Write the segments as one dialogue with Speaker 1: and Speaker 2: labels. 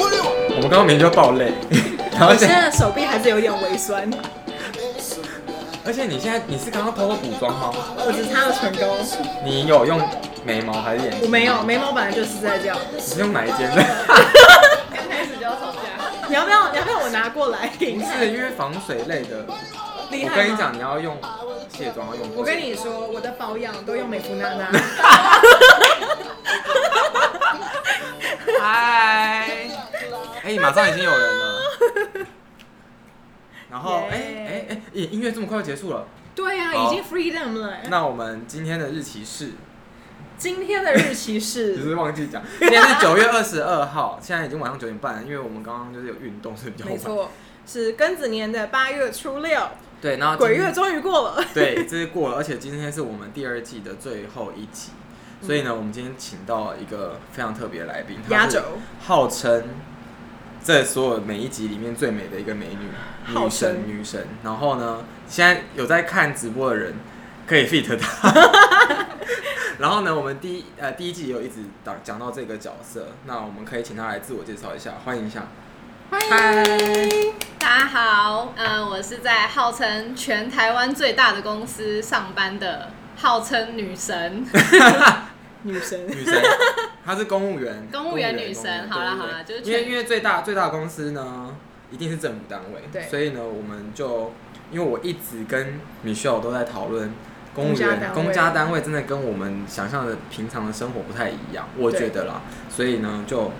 Speaker 1: 们刚刚明明就爆 泪，然后
Speaker 2: 我
Speaker 1: 现
Speaker 2: 现
Speaker 1: 在，
Speaker 2: 在的手臂还是有点微酸，
Speaker 1: 而且你现在你是刚刚偷偷补妆吗？
Speaker 2: 我只擦了唇膏，
Speaker 1: 你有用眉毛还是眼
Speaker 2: 我
Speaker 1: 睛？
Speaker 2: 没有眉毛本来就是在这样。
Speaker 1: 你是用哪一 间的？
Speaker 2: 刚开始就要吵架，你要不要？你要不要我拿过来给
Speaker 1: 不
Speaker 2: 你看？
Speaker 1: 是，因为防水类的。
Speaker 2: 厉
Speaker 1: 我
Speaker 2: 害吗
Speaker 1: 跟你讲，，你要用卸妆要用。
Speaker 2: 我跟你说，我的保养都用美肤娜 娜。
Speaker 1: 嗨，哎，马上已经有人了。然后，哎
Speaker 2: 耶
Speaker 1: 哎哎，音音乐这么快就结束了，
Speaker 2: 对呀、
Speaker 1: 好
Speaker 2: 已经 freedom 了。
Speaker 1: 那我们今天的日期是，
Speaker 2: 今天的日期
Speaker 1: 只
Speaker 2: 是
Speaker 1: 是忘记讲，今天是九月二十二号，现在已经晚上九点半了，因为我们刚刚就是有运动，所以比较
Speaker 2: 没
Speaker 1: 晚。
Speaker 2: 错，是庚子年的八月初六，
Speaker 1: 对，然后今
Speaker 2: 鬼月终于过了。
Speaker 1: 对，这是过了，而且今天是我们第二季的最后一集，所以呢，我们今天请到一个非常特别的来宾，
Speaker 2: 嗯压
Speaker 1: 她是
Speaker 2: 轴
Speaker 1: 号称在所有每一集里面最美的一个美女，
Speaker 2: 号
Speaker 1: 女
Speaker 2: 称
Speaker 1: 神女神。然后呢，现在有在看直播的人可以 fit 她。 然后呢，我们第一呃第一季有一直讲讲到这个角色，那我们可以请她来自我介绍一下，欢迎一下。
Speaker 3: 欢
Speaker 1: 嗨
Speaker 3: 迎大家好，嗯，我是在号称全台湾最大的公司上班的，号称 女神，
Speaker 2: 女神，
Speaker 1: 女神，她是公务员，
Speaker 3: 公务员女神
Speaker 1: 公务员
Speaker 3: 好啦
Speaker 1: 对对对
Speaker 3: 好啦就是
Speaker 1: 因为
Speaker 3: 全
Speaker 1: 因为最大最大的公司呢，一定是政府单位，
Speaker 2: 对
Speaker 1: 所以呢，我们就因为我一直跟 Michelle 都在讨论。公务
Speaker 2: 公家
Speaker 1: 员
Speaker 2: 单、位
Speaker 1: 公家单位真的跟我们想象的平常的生活不太一样，我
Speaker 2: 对
Speaker 1: 觉得啦，所以呢，就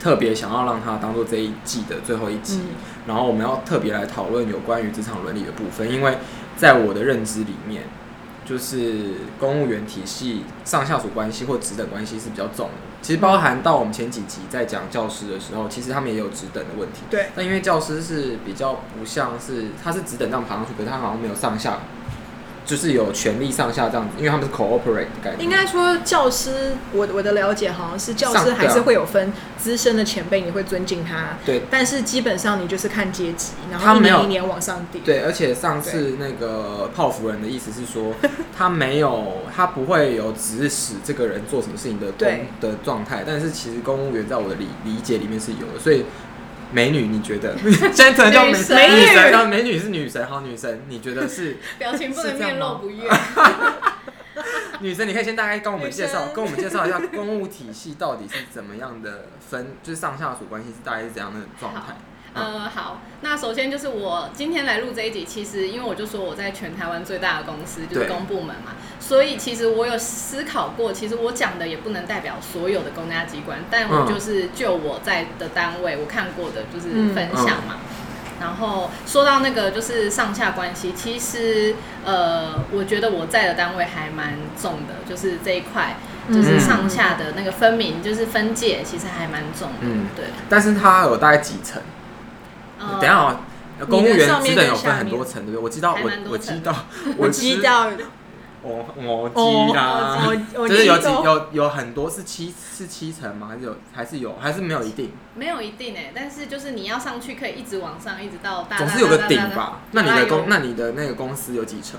Speaker 1: 特别想要让它当做这一季的最后一集，
Speaker 2: 嗯，
Speaker 1: 然后我们要特别来讨论有关于职场伦理的部分，因为在我的认知里面，就是公务员体系上下属关系或职等关系是比较重的。其实包含到我们前几集在讲教师的时候，其实他们也有职等的问题。
Speaker 2: 对，
Speaker 1: 但因为教师是比较不像是他是职等这样爬上去，可是他好像没有上下，就是有权力上下这样子，因为他们是 cooperate 的概念。
Speaker 2: 应该说教师，我我的了解好像是教
Speaker 1: 上
Speaker 2: 师
Speaker 1: 对啊
Speaker 2: 还是会有分资深的前辈，你会尊敬他，
Speaker 1: 对
Speaker 2: 但是基本上你就是看阶级，然
Speaker 1: 他
Speaker 2: 后一
Speaker 1: 没有
Speaker 2: 年一年往上顶。
Speaker 1: 对，而且上次那个泡芙人的意思是说，他没有，他不会有指使这个人做什么事情的公
Speaker 2: 对
Speaker 1: 的状态，但是其实公务员在我的理理解里面是有的，所以美女，你觉得先成叫美
Speaker 3: 女神
Speaker 1: 女
Speaker 2: 美女
Speaker 1: 神，啊然后美女是女神，好女神，你觉得是
Speaker 3: 表情不能
Speaker 1: 是这样吗
Speaker 3: 面露不悦。
Speaker 1: 女神？你可以先大概跟我们介绍
Speaker 2: 女，神
Speaker 1: 跟我们介绍一下公务体系到底是怎么样的分，就是上下属关系是大概是怎样的状态？
Speaker 3: 呃，好，那首先就是我今天来录这一集，其实因为我就说我在全台湾最大的公司就是
Speaker 1: 对
Speaker 3: 公部门嘛，所以其实我有思考过，其实我讲的也不能代表所有的公家机关，但我
Speaker 1: 嗯
Speaker 3: 就是就我在的单位我看过的就是
Speaker 2: 嗯
Speaker 3: 分享嘛。
Speaker 1: 嗯
Speaker 3: 然后说到那个就是上下关系，其实呃，我觉得我在的单位还蛮重的，就是这一块，就是
Speaker 1: 嗯
Speaker 3: 上下的那个分明，就是分界，其实还蛮重的。
Speaker 1: 嗯
Speaker 3: 对，
Speaker 1: 但是它有大概几层？
Speaker 3: 呃
Speaker 1: 等一下哦，公务
Speaker 2: 你的
Speaker 1: 员
Speaker 2: 上
Speaker 1: 职
Speaker 2: 面
Speaker 1: 等有
Speaker 2: 跟下
Speaker 1: 分很
Speaker 2: 面
Speaker 1: 多层，对不对？我知道，
Speaker 3: 还
Speaker 1: 我
Speaker 3: 蛮多
Speaker 1: 我
Speaker 3: 层
Speaker 1: 知
Speaker 3: 的
Speaker 1: 道，
Speaker 2: 我
Speaker 1: 知
Speaker 2: 知，道，
Speaker 1: 我我
Speaker 2: 哦
Speaker 1: 知道，
Speaker 2: 我 我
Speaker 1: 就是有几
Speaker 2: 记得
Speaker 1: 有有很多是七是七层吗？还是有还是有还是没有一定，
Speaker 3: 没有一定哎、但是就是你要上去可以一直往上，一直到大。
Speaker 1: 总是有个顶
Speaker 3: 大大大大
Speaker 1: 吧？那你的公
Speaker 3: 有
Speaker 1: 那你的那个公司有几层？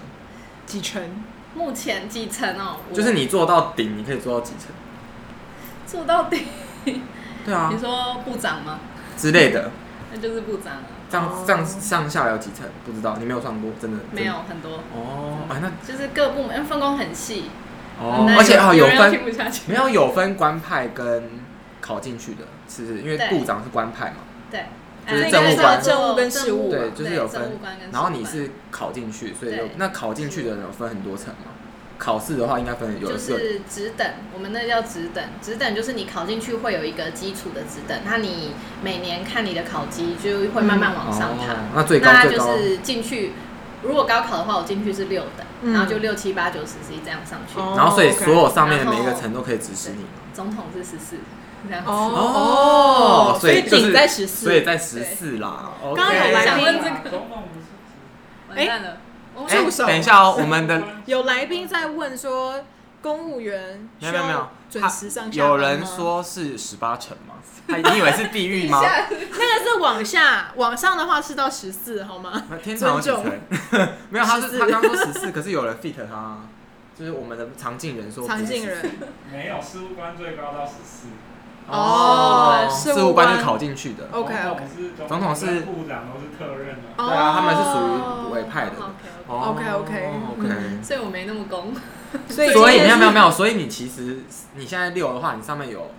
Speaker 2: 几成？
Speaker 3: 目前几层哦、我
Speaker 1: 就是你做到顶，你可以做到几层？
Speaker 3: 做到顶，
Speaker 1: 对啊
Speaker 3: 你，说部长吗？
Speaker 1: 之类的，
Speaker 3: 那就是部长了，
Speaker 1: 这样
Speaker 2: 哦
Speaker 1: 这样上下有几层？不知道，你没有算过，真的真的
Speaker 3: 没有很多，
Speaker 1: 哦，啊那
Speaker 3: 就是各部门分工很细，
Speaker 1: 哦，
Speaker 3: 那
Speaker 1: 而且啊
Speaker 3: 有人要
Speaker 1: 分
Speaker 3: 听不下去，
Speaker 1: 没有有分官派跟考进去的，是不是？因为
Speaker 3: 对
Speaker 1: 部长是官派嘛。
Speaker 3: 对，
Speaker 1: 就是
Speaker 3: 呃
Speaker 1: 政务
Speaker 3: 应该
Speaker 1: 官
Speaker 3: 叫做
Speaker 2: 政务跟事务
Speaker 1: 对，就是有
Speaker 3: 政
Speaker 1: 分
Speaker 3: 务官跟。事务官
Speaker 1: 然后你是考进去，所以就
Speaker 3: 对
Speaker 1: 那考进去的人有分很多层嘛。考试的话，应该分有
Speaker 3: 就
Speaker 1: 一个
Speaker 3: 是职等，我们那叫职等。职等就是你考进去会有一个基础的职等，那你每年看你的考绩就会慢慢往上爬。
Speaker 1: 哦那最高
Speaker 3: 那
Speaker 1: 最
Speaker 3: 就
Speaker 1: 高
Speaker 3: 是进去，如果高考的话，我进去是六等，
Speaker 2: 嗯
Speaker 3: 然后就六七八九十十一这样上去。
Speaker 2: 哦
Speaker 1: 然后所以所有上面的
Speaker 3: 然后
Speaker 1: 每一个层都可以指使你。
Speaker 3: 总统是十四，这样子。
Speaker 2: 哦
Speaker 1: 所以就是
Speaker 2: 顶在十四，
Speaker 1: 所以在十四啦。OK
Speaker 2: 刚刚有来
Speaker 3: 想
Speaker 2: 宾
Speaker 3: 问这个，
Speaker 4: 总统不是
Speaker 3: 完蛋了，我们
Speaker 1: 哎
Speaker 2: 助手
Speaker 1: 等一下哦，我们的
Speaker 2: 有来宾在问说，公务员
Speaker 1: 没有没有没有，
Speaker 2: 需要
Speaker 1: 他
Speaker 2: 准时上下班吗
Speaker 1: 有人说是十八层吗？他你以为哎是地 狱吗？
Speaker 2: 那个是往下，往上的话是到十四，好吗？
Speaker 1: 那天堂有几层？ 没有，他是
Speaker 2: 14
Speaker 1: 他刚说十四，可是有人 fit 他啊，就是我们的常进人说不是
Speaker 2: 常进人
Speaker 1: 14
Speaker 4: 没有事务官最高到十四，
Speaker 2: 哦
Speaker 1: 事
Speaker 2: 事
Speaker 1: 务
Speaker 2: 务
Speaker 1: 官
Speaker 2: 官
Speaker 1: 就考进去的。
Speaker 2: OK OK
Speaker 1: 总统是
Speaker 4: 部长都是特任的，
Speaker 2: 哦
Speaker 1: 对啊，他们是属于委派的。
Speaker 3: OK，
Speaker 1: 哦
Speaker 2: OK，OK，
Speaker 1: OK
Speaker 2: 嗯
Speaker 3: 所以我没那么攻。
Speaker 2: 所以
Speaker 1: 所以
Speaker 2: 今
Speaker 1: 没有
Speaker 2: 天
Speaker 1: 没有没
Speaker 2: 有，
Speaker 1: 有，所以你其实你现在六的话，你上面有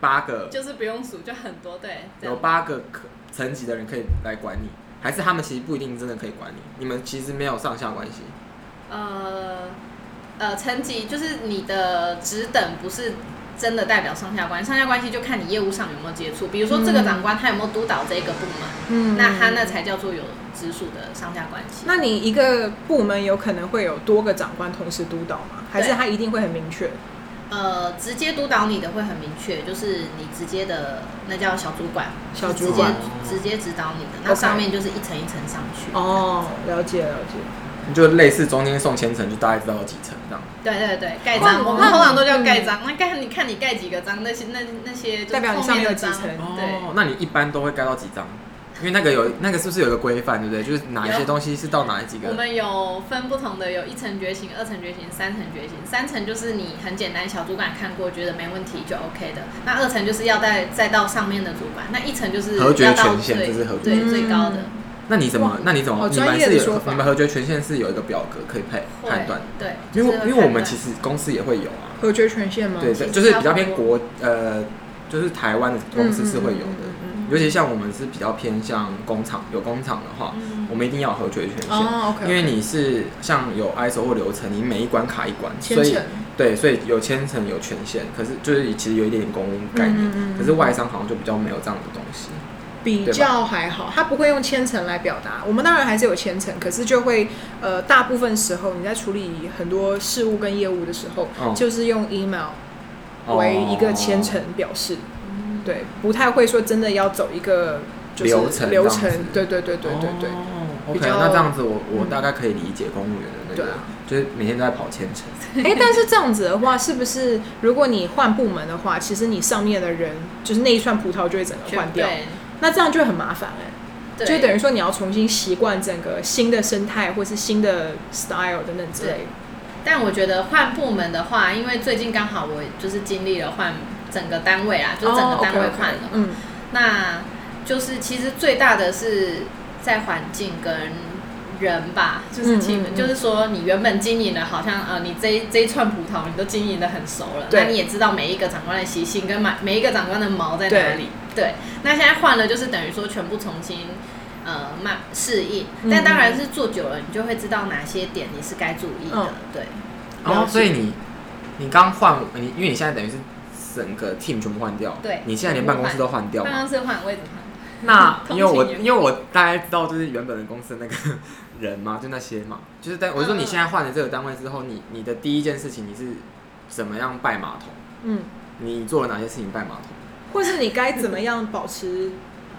Speaker 1: 八个，
Speaker 3: 就是不用数，就很多对。这样
Speaker 1: 有八个可层级的人可以来管你，还是他们其实不一定真的可以管你，你们其实没有上下关系。
Speaker 3: 呃呃，层级就是你的职等不是真的代表上下关系，上下关系就看你业务上有没有接触。比如说这个长官他有没有督导这个部门，
Speaker 2: 嗯
Speaker 3: 那他那才叫做有直属的上下关系。
Speaker 2: 那你一个部门有可能会有多个长官同时督导吗？还是
Speaker 3: 对
Speaker 2: 他一定会很明确？
Speaker 3: 呃，直接督导你的会很明确，就是你直接的那叫小主管，
Speaker 2: 小主
Speaker 3: 直接
Speaker 2: 管
Speaker 3: 直接指导你的，
Speaker 2: 哦
Speaker 3: 那
Speaker 2: OK
Speaker 3: 上面就是一层一层上去。
Speaker 2: 哦，了解了解。
Speaker 1: 就类似中间送千层，就大概知道有几层这样。
Speaker 3: 对对对，盖章，
Speaker 2: 哇
Speaker 3: 我们通常都叫盖章。那盖，你看你盖几个章，那些那那些就是
Speaker 2: 代表你
Speaker 3: 后
Speaker 2: 上面
Speaker 3: 面
Speaker 2: 有
Speaker 3: 的
Speaker 2: 几
Speaker 3: 章
Speaker 2: 层
Speaker 1: 哦
Speaker 3: 对，
Speaker 1: 那你一般都会盖到几张？因为那个有那个是不是有一个规范，对不对？就是哪一些
Speaker 3: 有
Speaker 1: 东西是到哪几
Speaker 3: 我
Speaker 1: 个？
Speaker 3: 们有分不同的，有一层觉醒、二层觉醒、三层觉醒。三层就是你很简单，小主管看过觉得没问题就 OK 的。那二层就是要再再到上面的主管，那一层就是
Speaker 1: 核决
Speaker 3: 要到
Speaker 1: 权限嗯
Speaker 3: 最
Speaker 1: 这是核决
Speaker 3: 对
Speaker 2: 权限
Speaker 3: 最高的。
Speaker 1: 那你怎
Speaker 2: 哇
Speaker 1: 么？那你怎么？
Speaker 2: 好
Speaker 1: 你们
Speaker 2: 专业
Speaker 1: 是
Speaker 2: 的
Speaker 1: 有
Speaker 2: 说
Speaker 1: 你
Speaker 2: 法
Speaker 1: 们核决权限是有一个表格可以判
Speaker 3: 会
Speaker 1: 判断，
Speaker 3: 对，
Speaker 1: 因为
Speaker 3: 就是
Speaker 1: 因为我们
Speaker 3: 判断
Speaker 1: 其实公司也会有啊。
Speaker 2: 有决权限吗？
Speaker 1: 对，
Speaker 3: 其
Speaker 1: 对，
Speaker 3: 实
Speaker 1: 就是
Speaker 3: 差
Speaker 1: 比较
Speaker 3: 不
Speaker 1: 偏
Speaker 3: 多
Speaker 1: 国呃，就是台湾的公司是会有的，
Speaker 2: 嗯嗯嗯嗯嗯
Speaker 1: 尤其像我们是比较偏向工厂，有工厂的话，
Speaker 3: 嗯
Speaker 1: 我们一定要有核决权限。
Speaker 2: 哦，OK，
Speaker 1: 因为你是像有 ISO 或流程，你每一关卡一关，
Speaker 2: 千
Speaker 1: 所以
Speaker 2: 层
Speaker 1: 对，所以有牵层有权限，可是就是其实有一点点公务概念，
Speaker 2: 嗯嗯嗯
Speaker 1: 可是外商好像就比较没有这样的东西。
Speaker 2: 比较还好，他不会用千层来表达。我们当然还是有千层，可是就会呃，大部分时候你在处理很多事务跟业务的时候，
Speaker 1: 哦
Speaker 2: 就是用 email 为一个千层表示，对，不太会说真的要走一个就是
Speaker 1: 流程
Speaker 2: 流
Speaker 1: 这
Speaker 2: 程
Speaker 1: 样子，
Speaker 2: 对对对对对对。
Speaker 1: 哦
Speaker 2: 比
Speaker 1: OK，
Speaker 2: 较
Speaker 1: 那这样子我我
Speaker 2: 嗯
Speaker 1: 大概可以理解公务员的那
Speaker 2: 对
Speaker 1: 个
Speaker 2: 啊，
Speaker 1: 就是每天都在跑千层。
Speaker 2: 哎、但是这样子的话，是不是如果你换部门的话，其实你上面的人就是那一串葡萄就会整个换掉，
Speaker 3: 对
Speaker 2: 那这样就很麻烦哎、
Speaker 3: 对，
Speaker 2: 就等于说你要重新习惯整个新的生态或是新的 style 等等之类的。
Speaker 3: 但我觉得换部门的话，因为最近刚好我就是经历了换整个单位啊，就是整个单位
Speaker 2: 哦，OK，OK，
Speaker 3: 换了。
Speaker 2: 嗯，
Speaker 3: 那就是其实最大的是在环境跟人吧，就是
Speaker 2: 嗯
Speaker 3: 气氛，
Speaker 2: 嗯嗯
Speaker 3: 就是说你原本经营的好像呃，你这一这一串葡萄你都经营的很熟了，
Speaker 2: 对
Speaker 3: 那你也知道每一个长官的习性跟每每一个长官的毛在哪里，对。那现在换了就是等于说全部重新。呃，慢适应，
Speaker 2: 嗯
Speaker 3: 但当然是做久了，你就会知道哪些点你是该注意的。
Speaker 2: 嗯
Speaker 3: 对，
Speaker 1: 哦
Speaker 2: 了，
Speaker 1: 所以
Speaker 2: 解
Speaker 1: 你你刚换你，因为你现在等于是整个 team 全部换掉，
Speaker 3: 对
Speaker 1: 你现在连办公室都换掉
Speaker 3: 办
Speaker 1: 嘛？
Speaker 3: 公室换位置换，
Speaker 1: 那
Speaker 3: 通
Speaker 1: 因为我
Speaker 3: 勤也
Speaker 1: 因为我大概知道就是原本的公司的那个人嘛，就那些 嘛，就是但我说你
Speaker 3: 嗯
Speaker 1: 现在换了这个单位之后，你你的第一件事情你是怎么样拜码头？
Speaker 2: 嗯，
Speaker 1: 你做了哪些事情拜码头？
Speaker 2: 或是你该怎么样保持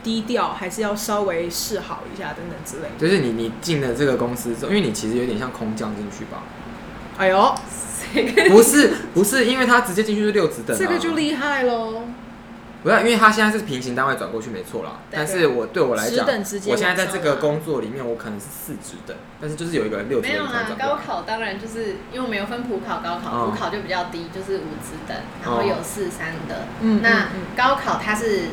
Speaker 2: 低调，还是要稍微示好一下等等之类的。
Speaker 1: 就是你你进了这个公司之后，因为你其实有点像空降进去吧？
Speaker 2: 哎呦，
Speaker 1: 不是不是，因为他直接进去是六职等、啊，
Speaker 2: 这个就厉害喽。
Speaker 1: 不要，因为他现在是平行单位转过去，没错啦。
Speaker 3: 对
Speaker 1: 但是我对我来
Speaker 2: 职
Speaker 1: 讲，
Speaker 2: 等直接
Speaker 1: 我现在在这个
Speaker 3: 往上啊
Speaker 1: 工作里面，我可能是四职等，但是就是有一个人六职
Speaker 3: 没有
Speaker 1: 等才
Speaker 3: 啦
Speaker 1: 转。
Speaker 3: 高
Speaker 1: 过来。
Speaker 3: 考当然就是因为我们有分普考、高考，
Speaker 1: 哦
Speaker 3: 普考就比较低，就是五职等，然
Speaker 1: 哦
Speaker 3: 后有四三的。
Speaker 2: 嗯
Speaker 3: 那
Speaker 2: 嗯嗯
Speaker 3: 高考它是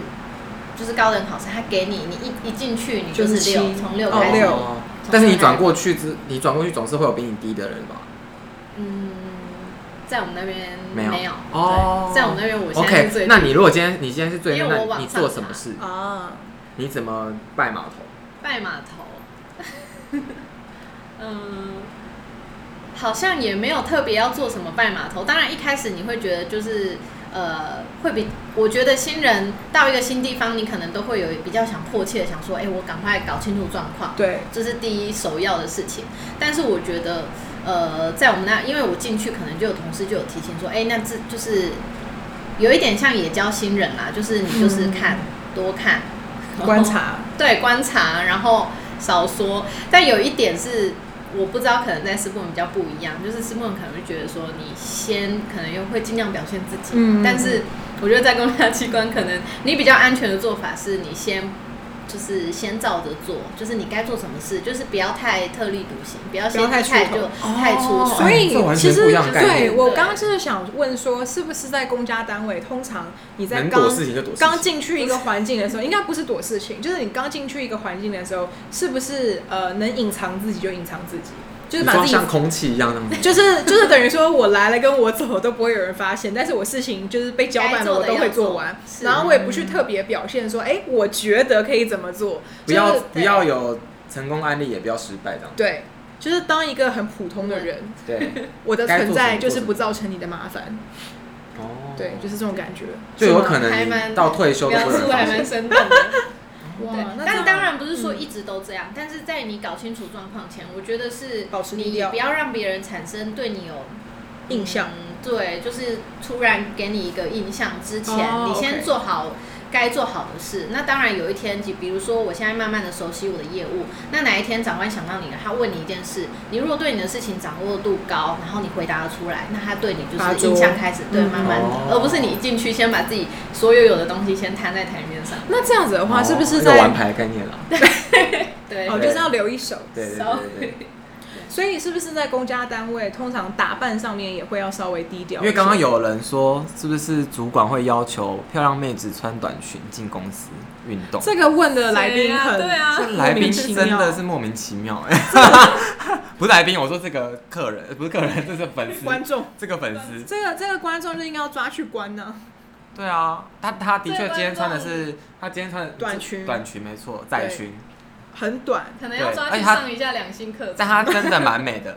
Speaker 3: 就是高等考试，它给你你一一进去你就是
Speaker 2: 就是
Speaker 3: 六，
Speaker 2: 七
Speaker 3: 从六
Speaker 2: 哦
Speaker 3: 开始。
Speaker 2: 六
Speaker 1: 哦但是你转过去之，你转过去总是会有比你低的人吧
Speaker 3: 嗯，在我们那边
Speaker 1: 没有
Speaker 3: 没有
Speaker 1: 哦
Speaker 3: 对在我们那边我现在是
Speaker 1: ？OK，
Speaker 3: 最低
Speaker 1: 那你如果今天你今天是最
Speaker 3: 因
Speaker 1: 内，
Speaker 3: 为我
Speaker 1: 那
Speaker 3: 往
Speaker 1: 你
Speaker 3: 上
Speaker 1: 做什么事？
Speaker 2: 啊，
Speaker 1: 你怎么拜码头？
Speaker 3: 拜码头， 嗯，好像也没有特别要做什么拜码头。当然一开始你会觉得就是呃，会比我觉得新人到一个新地方，你可能都会有比较想迫切的想说，哎、我赶快搞清楚状况，
Speaker 2: 对，
Speaker 3: 这是第一首要的事情。但是我觉得，呃，在我们那，因为我进去可能就有同事就有提醒说，哎、那这就是有一点像也教新人啦，就是你就是看、多看
Speaker 2: 嗯 观察，
Speaker 3: 对，观察，然后少说。但有一点是我不知道，可能在斯布文比较不一样，就是斯布文可能会觉得说你先可能又会尽量表现自己，
Speaker 2: 嗯
Speaker 3: 但是我觉得在公家机关，可能你比较安全的做法是你先就是先照着做，就是你该做什么事，就是不要太特立独行，不要
Speaker 2: 不
Speaker 3: 先
Speaker 2: 要太
Speaker 3: 一开
Speaker 2: 出头
Speaker 3: 就太出
Speaker 1: 哦
Speaker 3: 手。
Speaker 2: 所以
Speaker 1: 这完
Speaker 2: 其
Speaker 1: 全
Speaker 2: 实
Speaker 1: 不一样的概
Speaker 2: 对
Speaker 1: 念
Speaker 2: 我刚刚就是想问说，是不是在公家单位，通常你在
Speaker 1: 能
Speaker 2: 刚
Speaker 1: 躲事情就躲事
Speaker 2: 刚
Speaker 1: 情。
Speaker 2: 进去一个环境的时候，应该不是躲事情，就是你刚进去一个环境的时候，是不是呃能隐藏自己就隐藏自己，就是
Speaker 1: 你
Speaker 2: 把
Speaker 1: 说
Speaker 2: 自己
Speaker 1: 像空气一样那样子，
Speaker 2: 就是就是等于说我来了跟我走都不会有人发现，但是我事情就是被交办
Speaker 3: 该做的
Speaker 2: 我都会
Speaker 3: 要做
Speaker 2: 做完，
Speaker 3: 是
Speaker 2: 然后我也不去特别表现说，哎、我觉得可以怎么做，
Speaker 1: 不
Speaker 2: 就
Speaker 1: 要
Speaker 2: 是
Speaker 1: 不要有成功案例，也不要失败这样。
Speaker 2: 对，就是当一个很普通的人，
Speaker 1: 对，
Speaker 2: 我的
Speaker 1: 该
Speaker 2: 存
Speaker 1: 做什么
Speaker 2: 在
Speaker 1: 做
Speaker 2: 就
Speaker 1: 什
Speaker 2: 是
Speaker 1: 么
Speaker 2: 不造成你的麻烦，
Speaker 1: 哦，
Speaker 2: 对，就是这种感觉。
Speaker 1: 就有可能
Speaker 3: 还
Speaker 1: 你
Speaker 3: 蛮
Speaker 1: 到退休都
Speaker 3: 描
Speaker 1: 会有
Speaker 3: 述还
Speaker 1: 人
Speaker 3: 蛮 生动的。
Speaker 2: 哇
Speaker 3: 对，
Speaker 2: 那这
Speaker 3: 但
Speaker 2: 样嗯
Speaker 3: 当然不是说一直都这样，但是在你搞清楚状况前，我觉得是
Speaker 2: 保持低
Speaker 3: 你
Speaker 2: 调
Speaker 3: 不要让别人产生对你有
Speaker 2: 印象
Speaker 3: 嗯对，就是突然给你一个印象之前，
Speaker 2: 哦
Speaker 3: 你先
Speaker 2: OK
Speaker 3: 做好。该做好的事，那当然有一天，就比如说我现在慢慢的熟悉我的业务，那哪一天长官想到你了，他问你一件事，你如果对你的事情掌握度高，然后你回答得出来，那他对你
Speaker 2: 发
Speaker 3: 就是
Speaker 2: 作
Speaker 3: 印象开始对
Speaker 2: 嗯
Speaker 3: 慢慢的，
Speaker 1: 哦
Speaker 3: 而不是你一进去先把自己所有有的东西先摊在台面上。
Speaker 2: 那这样子的话，是不是
Speaker 1: 有
Speaker 2: 在
Speaker 1: 哦玩牌概 念了？
Speaker 3: 对，
Speaker 2: 哦，就是要留一手？
Speaker 1: 对对对
Speaker 3: Sorry
Speaker 1: 对对，
Speaker 2: 所以是不是在公家单位，通常打扮上面也会要稍微低调一些？
Speaker 1: 因为刚刚有人说，是不是主管会要求漂亮妹子穿短裙进公司运动？
Speaker 2: 这个问的来宾很
Speaker 3: 对啊
Speaker 1: 这来宾真的是莫名其妙哎、 不是来宾，我说这个客人不是客人，这是粉丝，
Speaker 2: 观众，
Speaker 1: 这个粉丝。
Speaker 2: 这个这个观众就应该要抓去关呢、
Speaker 1: 对啊，他他的
Speaker 3: 这
Speaker 1: 确
Speaker 3: 个
Speaker 1: 今天穿的是他今天穿的
Speaker 2: 短裙
Speaker 1: 短裙没错，窄
Speaker 2: 对
Speaker 1: 裙，
Speaker 2: 很短。
Speaker 3: 可能要抓
Speaker 1: 对而
Speaker 3: 去
Speaker 1: 且他
Speaker 3: 上一下两性课程。
Speaker 1: 但她真的蛮美的，